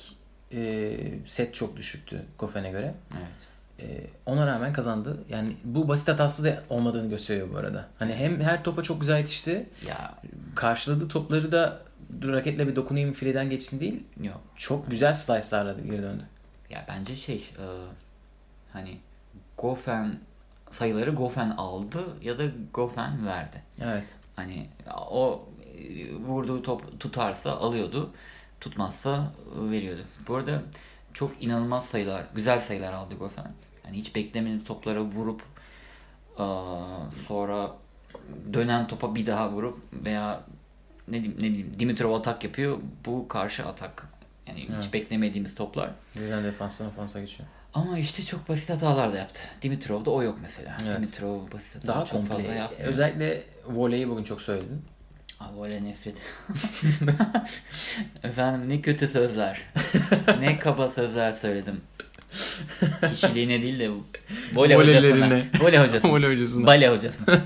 Speaker 1: e, set çok düşüktü Goffen'e göre.
Speaker 2: Evet.
Speaker 1: E, ona rağmen kazandı. Yani bu basit hatası da olmadığını gösteriyor bu arada. Hani hem her topa çok güzel yetişti.
Speaker 2: Ya
Speaker 1: Karşıladığı topları da dur raketle bir dokunayım fileden geçsin değil.
Speaker 2: yok.
Speaker 1: Çok güzel slice'larla geri döndü.
Speaker 2: Ya bence şey e, hani Goffin sayıları Goffin aldı ya da Goffin verdi.
Speaker 1: Evet.
Speaker 2: Hani o e, vurduğu top tutarsa alıyordu. Tutmazsa e, veriyordu. Bu arada çok inanılmaz sayılar, güzel sayılar aldı Goffin. Hani hiç beklemediğim toplara vurup e, sonra dönen topa bir daha vurup veya ne diyeyim, ne bileyim Dimitrov atak yapıyor. Bu karşı atak. Yani
Speaker 1: Evet.
Speaker 2: hiç beklemediğimiz toplar.
Speaker 1: Birden defanstan ofansa geçiyor.
Speaker 2: Ama işte çok basit hatalar da yaptı. Dimitrov'da o yok mesela.
Speaker 1: Evet.
Speaker 2: Dimitrov basit hatalar
Speaker 1: Daha
Speaker 2: çok fazla
Speaker 1: komple.
Speaker 2: yapmıyor.
Speaker 1: Özellikle voleyi bugün çok söyledin.
Speaker 2: Abi öyle nefret. Efendim ne kötü sözler. ne kaba sözler söyledim. Kişiliğine değil de voley hocasına.
Speaker 1: Voleylerine.
Speaker 2: Voley hocasına.
Speaker 1: Voley hocasına.
Speaker 2: Bale hocasına. [laughs]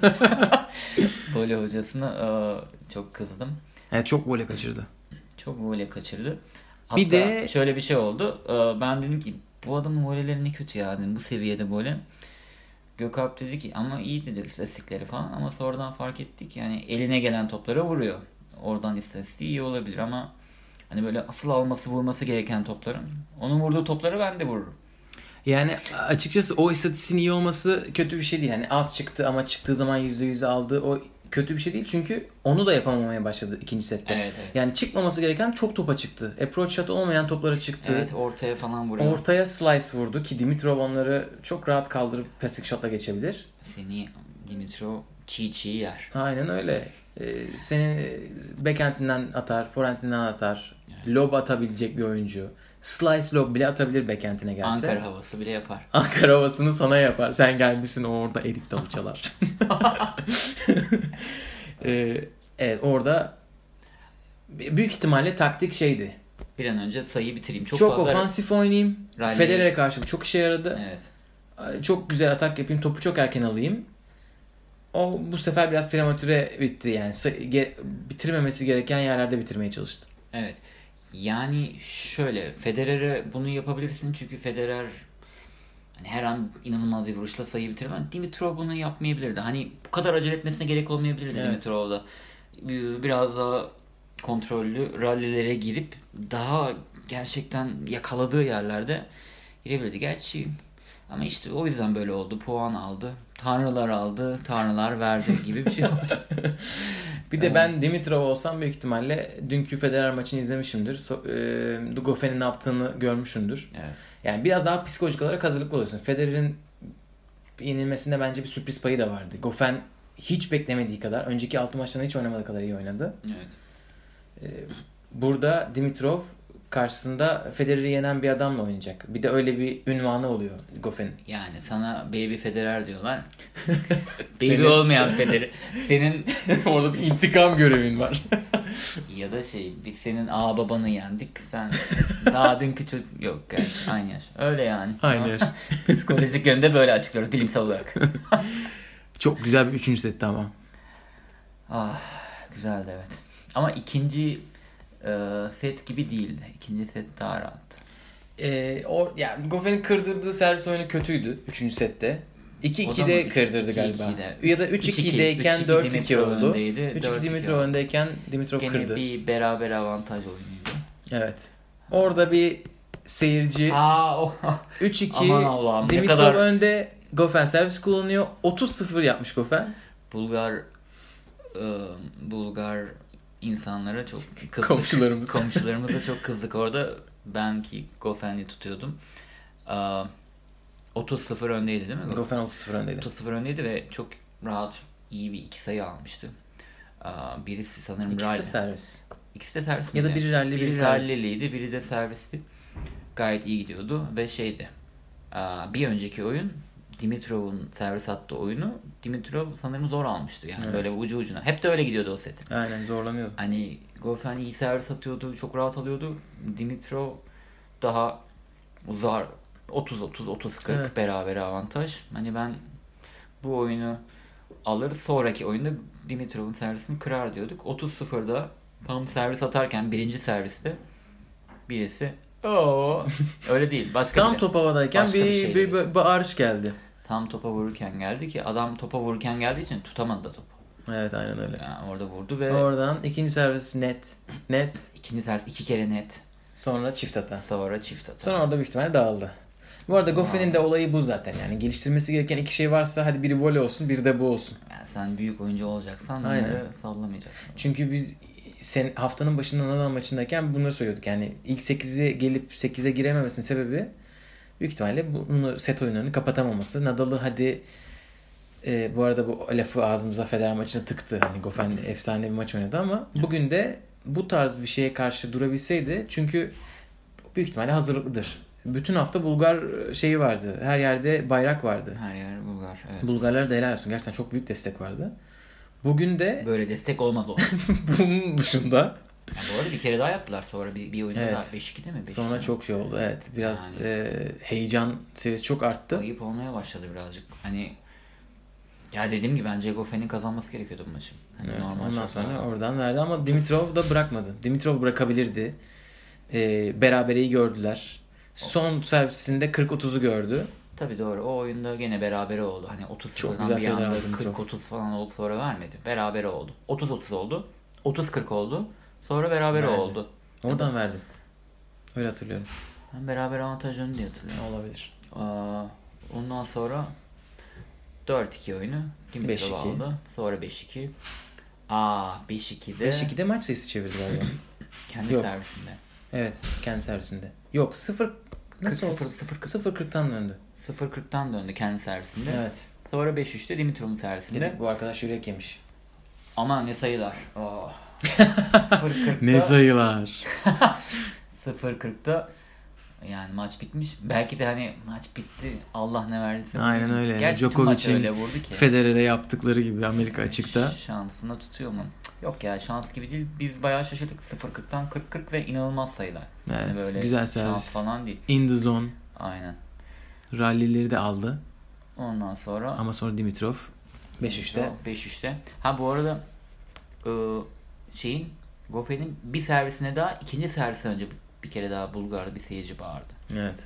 Speaker 2: voley hocasına eee, çok kızdım.
Speaker 1: Yani çok voley kaçırdı.
Speaker 2: Çok voley kaçırdı. Hatta
Speaker 1: Bir de-
Speaker 2: şöyle bir şey oldu. Ee, Ben dedim ki bu adamın voleyleri ne kötü ya dedim. Bu seviyede böyle. Gökalp dedi ki ama iyi dedi istatistikleri falan ama sonradan fark ettik yani eline gelen toplara vuruyor. Oradan istatistiği iyi olabilir ama hani böyle asıl alması vurması gereken topların onun vurduğu topları ben de vururum.
Speaker 1: Yani açıkçası o istatistiğin iyi olması kötü bir şey değil. Yani az çıktı ama çıktığı zaman %100 aldı. O kötü bir şey değil çünkü onu da yapamamaya başladı ikinci sette.
Speaker 2: Evet, evet.
Speaker 1: Yani çıkmaması gereken çok topa çıktı. Approach shot olmayan toplara çıktı.
Speaker 2: Evet ortaya falan vuruyor.
Speaker 1: Ortaya slice vurdu ki Dimitrov onları çok rahat kaldırıp passing shotla geçebilir.
Speaker 2: Seni Dimitrov çiğ çiğ yer.
Speaker 1: Aynen öyle. Ee, seni backhand'inden atar, forehand'inden atar. Lob atabilecek bir oyuncu. Slice lob bile atabilir backhand'ine gelse.
Speaker 2: Ankara havası bile yapar.
Speaker 1: Ankara havasını sana yapar. Sen gelmişsin o orada erik dalı
Speaker 2: [laughs]
Speaker 1: çalar. Ee, evet orada büyük ihtimalle taktik şeydi.
Speaker 2: Bir an önce sayıyı bitireyim. Çok,
Speaker 1: Çok,
Speaker 2: fazla...
Speaker 1: ofansif oynayayım.
Speaker 2: Rally-
Speaker 1: Federer'e karşı bu çok işe yaradı.
Speaker 2: Evet.
Speaker 1: Ee, Çok güzel atak yapayım. Topu çok erken alayım. O bu sefer biraz prematüre bitti yani. Sa- ge- bitirmemesi gereken yerlerde bitirmeye çalıştı.
Speaker 2: Evet. Yani şöyle Federer'e bunu yapabilirsin çünkü Federer hani her an inanılmaz bir vuruşla sayı bitirir. ama Dimitrov bunu yapmayabilirdi. Hani bu kadar acele etmesine gerek olmayabilirdi
Speaker 1: Evet.
Speaker 2: Dimitrov'da. Ee, Biraz daha kontrollü rallilere girip daha gerçekten yakaladığı yerlerde girebilirdi. Gerçi ama işte o yüzden böyle oldu. Puan aldı. Tanrılar aldı. Tanrılar verdi gibi bir şey oldu.
Speaker 1: Bir de ben Dimitrov olsam büyük ihtimalle dünkü Federer maçını izlemişimdir. So- e, Dugofen'in ne yaptığını görmüşümdür.
Speaker 2: Evet.
Speaker 1: Yani biraz daha psikolojik olarak hazırlıklı oluyorsun. Federer'in yenilmesinde bence bir sürpriz payı da vardı. Goffin hiç beklemediği kadar, önceki altı maçlarında hiç oynamadığı kadar iyi oynadı.
Speaker 2: Evet.
Speaker 1: Burada Dimitrov karşısında Federer'i yenen bir adamla oynayacak. Bir de öyle bir ünvanı oluyor Goffin'in.
Speaker 2: Yani sana baby
Speaker 1: [laughs]
Speaker 2: Federer diyorlar. baby
Speaker 1: Senin-
Speaker 2: olmayan Federer. Senin
Speaker 1: [laughs] Orada bir intikam görevin [laughs] var.
Speaker 2: ya da şey biz senin ağababanı babanı yendik. Sen daha dünkü çocuk yok yani aynı yaş. Öyle yani.
Speaker 1: Aynı yaş.
Speaker 2: [laughs] Psikolojik yönde böyle açıklıyoruz bilimsel olarak.
Speaker 1: Çok güzel bir üçüncü setti ama.
Speaker 2: ah güzeldi evet. Ama ikinci e, set gibi değildi. İkinci set daha rahattı.
Speaker 1: Ee, o, yani Goffen'in kırdırdığı servis oyunu kötüydü 3. sette.
Speaker 2: O da mı
Speaker 1: 2-2'de
Speaker 2: üç-
Speaker 1: kırdırdı
Speaker 2: 2-2'de?
Speaker 1: galiba. Ya da 3-2'deyken
Speaker 2: 3-2
Speaker 1: 4-2
Speaker 2: Dimitrov
Speaker 1: oldu.
Speaker 2: öndeydi,
Speaker 1: 3-2
Speaker 2: 4-2
Speaker 1: Dimitrov
Speaker 2: oldu.
Speaker 1: öndeyken Dimitrov
Speaker 2: Gene
Speaker 1: kırdı.
Speaker 2: bir beraber avantaj oyunuydu.
Speaker 1: Evet. Orada bir seyirci
Speaker 2: Aa oh, o. Aman
Speaker 1: 3-2
Speaker 2: Allah'ım, ne
Speaker 1: Dimitrov
Speaker 2: kadar-
Speaker 1: önde Goffen servis kullanıyor. 30-0 yapmış Goffen.
Speaker 2: Bulgar e, Bulgar insanlara çok kızdık.
Speaker 1: Komşularımız. [laughs]
Speaker 2: Komşularımıza çok kızdık orada. Ben ki Gofen'i tutuyordum. E, 30-0 öndeydi değil mi? Goffen?
Speaker 1: Goffen 30-0 öndeydi.
Speaker 2: 30-0 öndeydi ve çok rahat iyi bir iki sayı almıştı. E, birisi sanırım
Speaker 1: İkisi
Speaker 2: Riley.
Speaker 1: de servis.
Speaker 2: İkisi de servis
Speaker 1: Ya da
Speaker 2: miydi?
Speaker 1: biri rally, biri servis.
Speaker 2: rallyliydi, biri de servisti. Gayet iyi gidiyordu ve şeydi. aa, Bir önceki oyun Dimitrov'un servis attığı oyunu Dimitrov sanırım zor almıştı yani
Speaker 1: Evet.
Speaker 2: böyle ucu ucuna. Hep de öyle gidiyordu o set.
Speaker 1: Aynen zorlanıyordu.
Speaker 2: Hani Goffin iyi servis atıyordu, çok rahat alıyordu. Dimitrov daha zar 30 30 30 40
Speaker 1: Evet.
Speaker 2: beraber avantaj. Hani ben bu oyunu alır sonraki oyunda Dimitrov'un servisini kırar diyorduk. 30-0'da tam servis atarken birinci serviste birisi o öyle değil başka
Speaker 1: Tam
Speaker 2: biri.
Speaker 1: top havadayken
Speaker 2: Başka
Speaker 1: bir,
Speaker 2: bir
Speaker 1: bir,
Speaker 2: şey
Speaker 1: bir,
Speaker 2: dedi.
Speaker 1: bağırış geldi.
Speaker 2: tam topa vururken geldi ki adam topa vururken geldiği için tutamadı da topu.
Speaker 1: Evet aynen öyle.
Speaker 2: Yani orada vurdu ve
Speaker 1: Oradan ikinci servis net. Net.
Speaker 2: ikinci servis iki kere net.
Speaker 1: Sonra çift hata.
Speaker 2: Sonra çift atar.
Speaker 1: Sonra orada büyük ihtimalle dağıldı. Bu arada Goffin'in de olayı bu zaten. Yani geliştirmesi gereken iki şey varsa hadi biri voley olsun biri de bu olsun.
Speaker 2: Yani sen büyük oyuncu olacaksan bunları
Speaker 1: Aynen.
Speaker 2: sallamayacaksın.
Speaker 1: Çünkü biz sen haftanın başında Nadal maçındayken bunları söylüyorduk. Yani ilk 8'e gelip 8'e girememesinin sebebi büyük ihtimalle bunu set oyunlarını kapatamaması. Nadal'ı hadi e, bu arada bu lafı ağzımıza Federer maçına tıktı. Hani Goffin efsane bir maç oynadı ama bugün de bu tarz bir şeye karşı durabilseydi çünkü büyük ihtimalle hazırlıklıdır. Bütün hafta Bulgar e, şeyi vardı. Her yerde bayrak vardı.
Speaker 2: Her yer Bulgar. Evet.
Speaker 1: Bulgarlara da helal olsun. Gerçekten çok büyük destek vardı. Bugün de [laughs]
Speaker 2: Böyle destek olmaz o. [laughs]
Speaker 1: bunun dışında
Speaker 2: Yani bu arada bir kere daha yaptılar sonra bir, bir oyunda
Speaker 1: Evet.
Speaker 2: daha. 5-2'de mi? 5
Speaker 1: Sonra çok şey oldu evet. Biraz e, heyecan seviyesi çok arttı.
Speaker 2: Ayıp olmaya başladı birazcık. Hani ya dediğim gibi bence Goffen'in kazanması gerekiyordu bu maçı. Hani
Speaker 1: Evet,
Speaker 2: normal
Speaker 1: ondan
Speaker 2: şartlarda.
Speaker 1: sonra oradan verdi ama Dimitrov da bırakmadı. Dimitrov bırakabilirdi. E, berabereyi gördüler. Son servisinde 40-30'u gördü.
Speaker 2: Tabii doğru. O oyunda gene berabere oldu. Hani 30
Speaker 1: Çok
Speaker 2: sıfırdan
Speaker 1: güzel
Speaker 2: bir
Speaker 1: sayılar
Speaker 2: anda
Speaker 1: aldı Dimitrov.
Speaker 2: 40-30 falan oldu sonra vermedi. Berabere oldu. 30-30 oldu. 30-40 oldu. Sonra berabere
Speaker 1: Verdi.
Speaker 2: oldu.
Speaker 1: Oradan verdi. Öyle hatırlıyorum.
Speaker 2: Ben beraber avantaj önü diye hatırlıyorum.
Speaker 1: Olabilir.
Speaker 2: Aa, ondan sonra 4-2 oyunu Dimitrov
Speaker 1: 5-2.
Speaker 2: aldı. Sonra 5-2. Aa 5-2'de
Speaker 1: 5-2'de maç sayısı çevirdi
Speaker 2: [clears throat]
Speaker 1: galiba.
Speaker 2: kendi
Speaker 1: Yok.
Speaker 2: servisinde.
Speaker 1: evet kendi servisinde. Yok 0 nasıl
Speaker 2: 40,
Speaker 1: oldu?
Speaker 2: 0,
Speaker 1: 0-40'tan döndü.
Speaker 2: 0-40'tan döndü kendi servisinde.
Speaker 1: Evet.
Speaker 2: Sonra 5-3'te Dimitrov'un servisinde.
Speaker 1: Dedik bu arkadaş yürek yemiş.
Speaker 2: Aman ne sayılar.
Speaker 1: [laughs]
Speaker 2: Aa. 0-40'da
Speaker 1: sayılar.
Speaker 2: 0-40'da yani maç bitmiş. Belki de hani maç bitti. Allah ne verdiyse.
Speaker 1: Aynen öyle.
Speaker 2: Gerçi tüm
Speaker 1: Djokovic'in
Speaker 2: maç öyle vurdu ki.
Speaker 1: Federer'e yaptıkları gibi Amerika
Speaker 2: Şansına tutuyor mu? Cık, Yok ya şans gibi değil. Biz bayağı şaşırdık. 0-40'tan 40-40 ve inanılmaz sayılar. Yani
Speaker 1: Evet, güzel servis.
Speaker 2: Şans falan değil.
Speaker 1: In the zone.
Speaker 2: Aynen.
Speaker 1: Rallileri de aldı.
Speaker 2: Ondan sonra
Speaker 1: Ama sonra Dimitrov 5-3'te.
Speaker 2: 5-3'te. Ha bu arada ıı, şeyin Goffin'in bir servisine daha ikinci servisi önce bir, bir kere daha Bulgar'da bir seyirci bağırdı.
Speaker 1: Evet.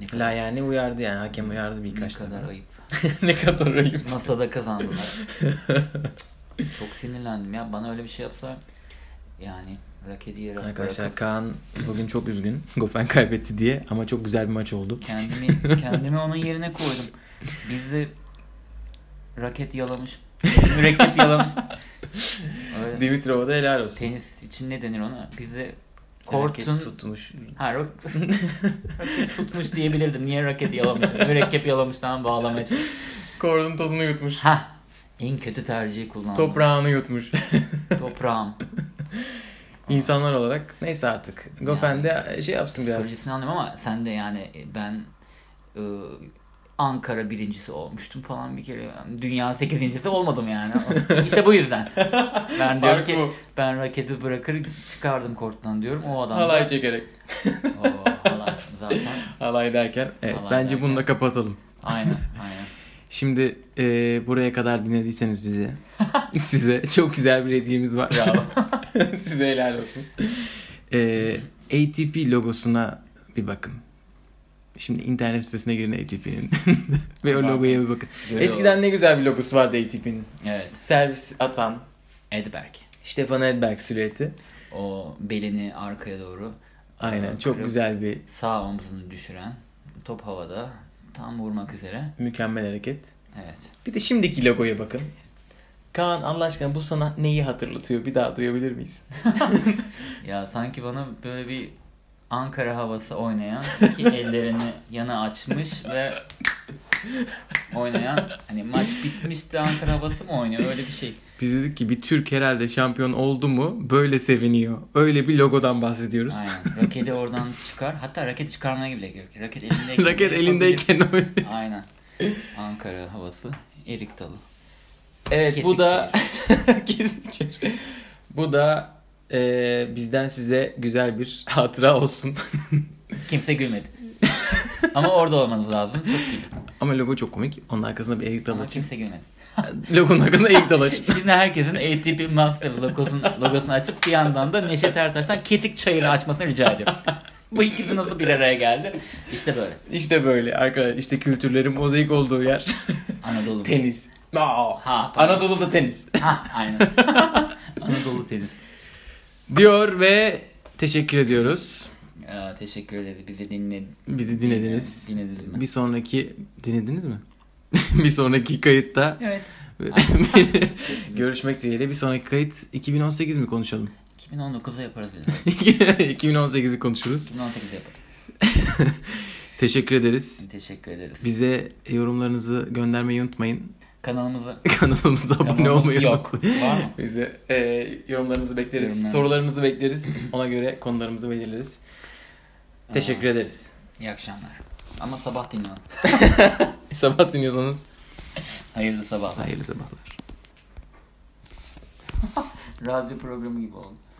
Speaker 2: Ne kadar,
Speaker 1: La yani uyardı yani. Hakem uyardı
Speaker 2: ne
Speaker 1: birkaç
Speaker 2: kadar
Speaker 1: defa.
Speaker 2: ayıp.
Speaker 1: [laughs] ne kadar ayıp. [laughs]
Speaker 2: Masada kazandılar. Cık, Çok sinirlendim ya. Bana öyle bir şey yapsalar yani raketi yere
Speaker 1: Arkadaşlar Kaan bugün çok üzgün. [laughs] Goffen kaybetti diye ama çok güzel bir maç oldu.
Speaker 2: Kendimi kendimi onun yerine koydum. Bizi raket yalamış, mürekkep yalamış. Öyle.
Speaker 1: Dimitrov'a da helal olsun.
Speaker 2: Tenis için ne denir ona? Bizi
Speaker 1: Kortun
Speaker 2: kortun
Speaker 1: tutmuş.
Speaker 2: ha, rak- [laughs] raket tutmuş diyebilirdim. Niye raket yalamış? Mürekkep yalamıştan bağlamaya çalış-
Speaker 1: Kortun tozunu yutmuş.
Speaker 2: Ha. En kötü tercihi kullandım.
Speaker 1: [laughs] Toprağını
Speaker 2: [laughs]
Speaker 1: yutmuş.
Speaker 2: Toprağım.
Speaker 1: İnsanlar olarak neyse artık. Goffen de şey yapsın biraz.
Speaker 2: Psikolojisini anlıyorum ama sen de yani e, ben ıı, Ankara birincisi olmuştum falan bir kere. Dünya sekizincisi
Speaker 1: [laughs]
Speaker 2: olmadım yani. işte bu yüzden. Ben diyorum
Speaker 1: Fark
Speaker 2: ki
Speaker 1: bu.
Speaker 2: ben raketi bırakır çıkardım korttan diyorum. O adam da-
Speaker 1: Halay çekerek.
Speaker 2: Oo, halay zaten.
Speaker 1: Halay derken. Evet
Speaker 2: Halay
Speaker 1: bence bunu da
Speaker 2: derken.
Speaker 1: kapatalım.
Speaker 2: Aynen aynen.
Speaker 1: Şimdi e, buraya kadar dinlediyseniz bizi [laughs] size çok güzel bir hediyemiz var. [laughs]
Speaker 2: Bravo.
Speaker 1: size helal olsun. E, ATP logosuna bir bakın. Şimdi internet sitesine girin ATP'nin [laughs] ve o logoya bir bakın.
Speaker 2: Görüyorum.
Speaker 1: Eskiden ne güzel bir logosu vardı ATP'nin.
Speaker 2: Evet.
Speaker 1: Servis atan
Speaker 2: Edberg.
Speaker 1: Stefan Edberg silüeti.
Speaker 2: O belini arkaya doğru
Speaker 1: Aynen
Speaker 2: Ee,
Speaker 1: çok
Speaker 2: kırıp-
Speaker 1: güzel bir
Speaker 2: sağ omzunu düşüren top havada tam vurmak üzere.
Speaker 1: mükemmel hareket.
Speaker 2: Evet.
Speaker 1: Bir de şimdiki logoya bakın. Kaan Allah aşkına bu sana neyi hatırlatıyor? Bir daha duyabilir miyiz?
Speaker 2: Ya sanki bana böyle bir Ankara
Speaker 1: [laughs]
Speaker 2: havası oynayan iki ellerini yana açmış ve oynayan hani maç bitmişti Ankara havası mı oynuyor öyle bir şey.
Speaker 1: Biz dedik ki bir Türk herhalde şampiyon oldu mu böyle seviniyor. Öyle bir logodan bahsediyoruz.
Speaker 2: Aynen. Raketi oradan çıkar. Hatta raket çıkarmaya bile gerek yok. Raket elindeyken.
Speaker 1: Raket
Speaker 2: bile
Speaker 1: elindeyken [laughs] oynuyor.
Speaker 2: yapabilir. Aynen. Ankara havası. Erik dalı.
Speaker 1: Evet
Speaker 2: Kesik
Speaker 1: bu da [laughs] Kesik çevir. bu da e, bizden size güzel bir hatıra olsun.
Speaker 2: Kimse gülmedi. Ama orada olmanız lazım. Çok iyi.
Speaker 1: Ama logo çok komik. Onun arkasına bir erik dalı
Speaker 2: Ama
Speaker 1: açın.
Speaker 2: kimse gülmedi.
Speaker 1: Logonun arkasına erik dalı açın.
Speaker 2: Şimdi herkesin ATP Master logosunu, logosunu açıp bir yandan da Neşet Ertaş'tan kesik çayını açmasını rica ediyorum. Bu ikisi nasıl bir araya geldi? İşte böyle.
Speaker 1: [laughs] İşte böyle arkadaşlar. İşte kültürlerin mozaik olduğu yer.
Speaker 2: Anadolu.
Speaker 1: tenis. No.
Speaker 2: Ha, pardon.
Speaker 1: Anadolu'da tenis.
Speaker 2: Ha aynen. Anadolu tenis.
Speaker 1: Diyor ve teşekkür ediyoruz.
Speaker 2: Ee, teşekkür ederiz. Bizi dinlediniz.
Speaker 1: Bizi dinlediniz.
Speaker 2: Dinlediniz mi?
Speaker 1: Bir sonraki dinlediniz mi? [laughs] bir sonraki [laughs] kayıtta
Speaker 2: Evet.
Speaker 1: görüşmek dileğiyle. Bir sonraki kayıt 2018 mi [laughs] konuşalım?
Speaker 2: 2019'da yaparız biz.
Speaker 1: 2018'i konuşuruz.
Speaker 2: 2018'de yaparız.
Speaker 1: Teşekkür ederiz.
Speaker 2: Teşekkür ederiz.
Speaker 1: Bize yorumlarınızı göndermeyi unutmayın. [laughs]
Speaker 2: Kanalımıza
Speaker 1: Kanalımıza abone
Speaker 2: Kanalımız
Speaker 1: olmayı
Speaker 2: yok.
Speaker 1: unutmayın.
Speaker 2: Var mı?
Speaker 1: Bize e, yorumlarınızı bekleriz.
Speaker 2: Yorumlar.
Speaker 1: Sorularınızı bekleriz. Ona göre konularımızı belirleriz. Teşekkür ederiz.
Speaker 2: iyi akşamlar. Ama sabah dinleyin.
Speaker 1: Sabah dinliyorsanız
Speaker 2: Hayırlı sabah.
Speaker 1: hayırlı sabahlar.
Speaker 2: Radyo programı gibi oldu.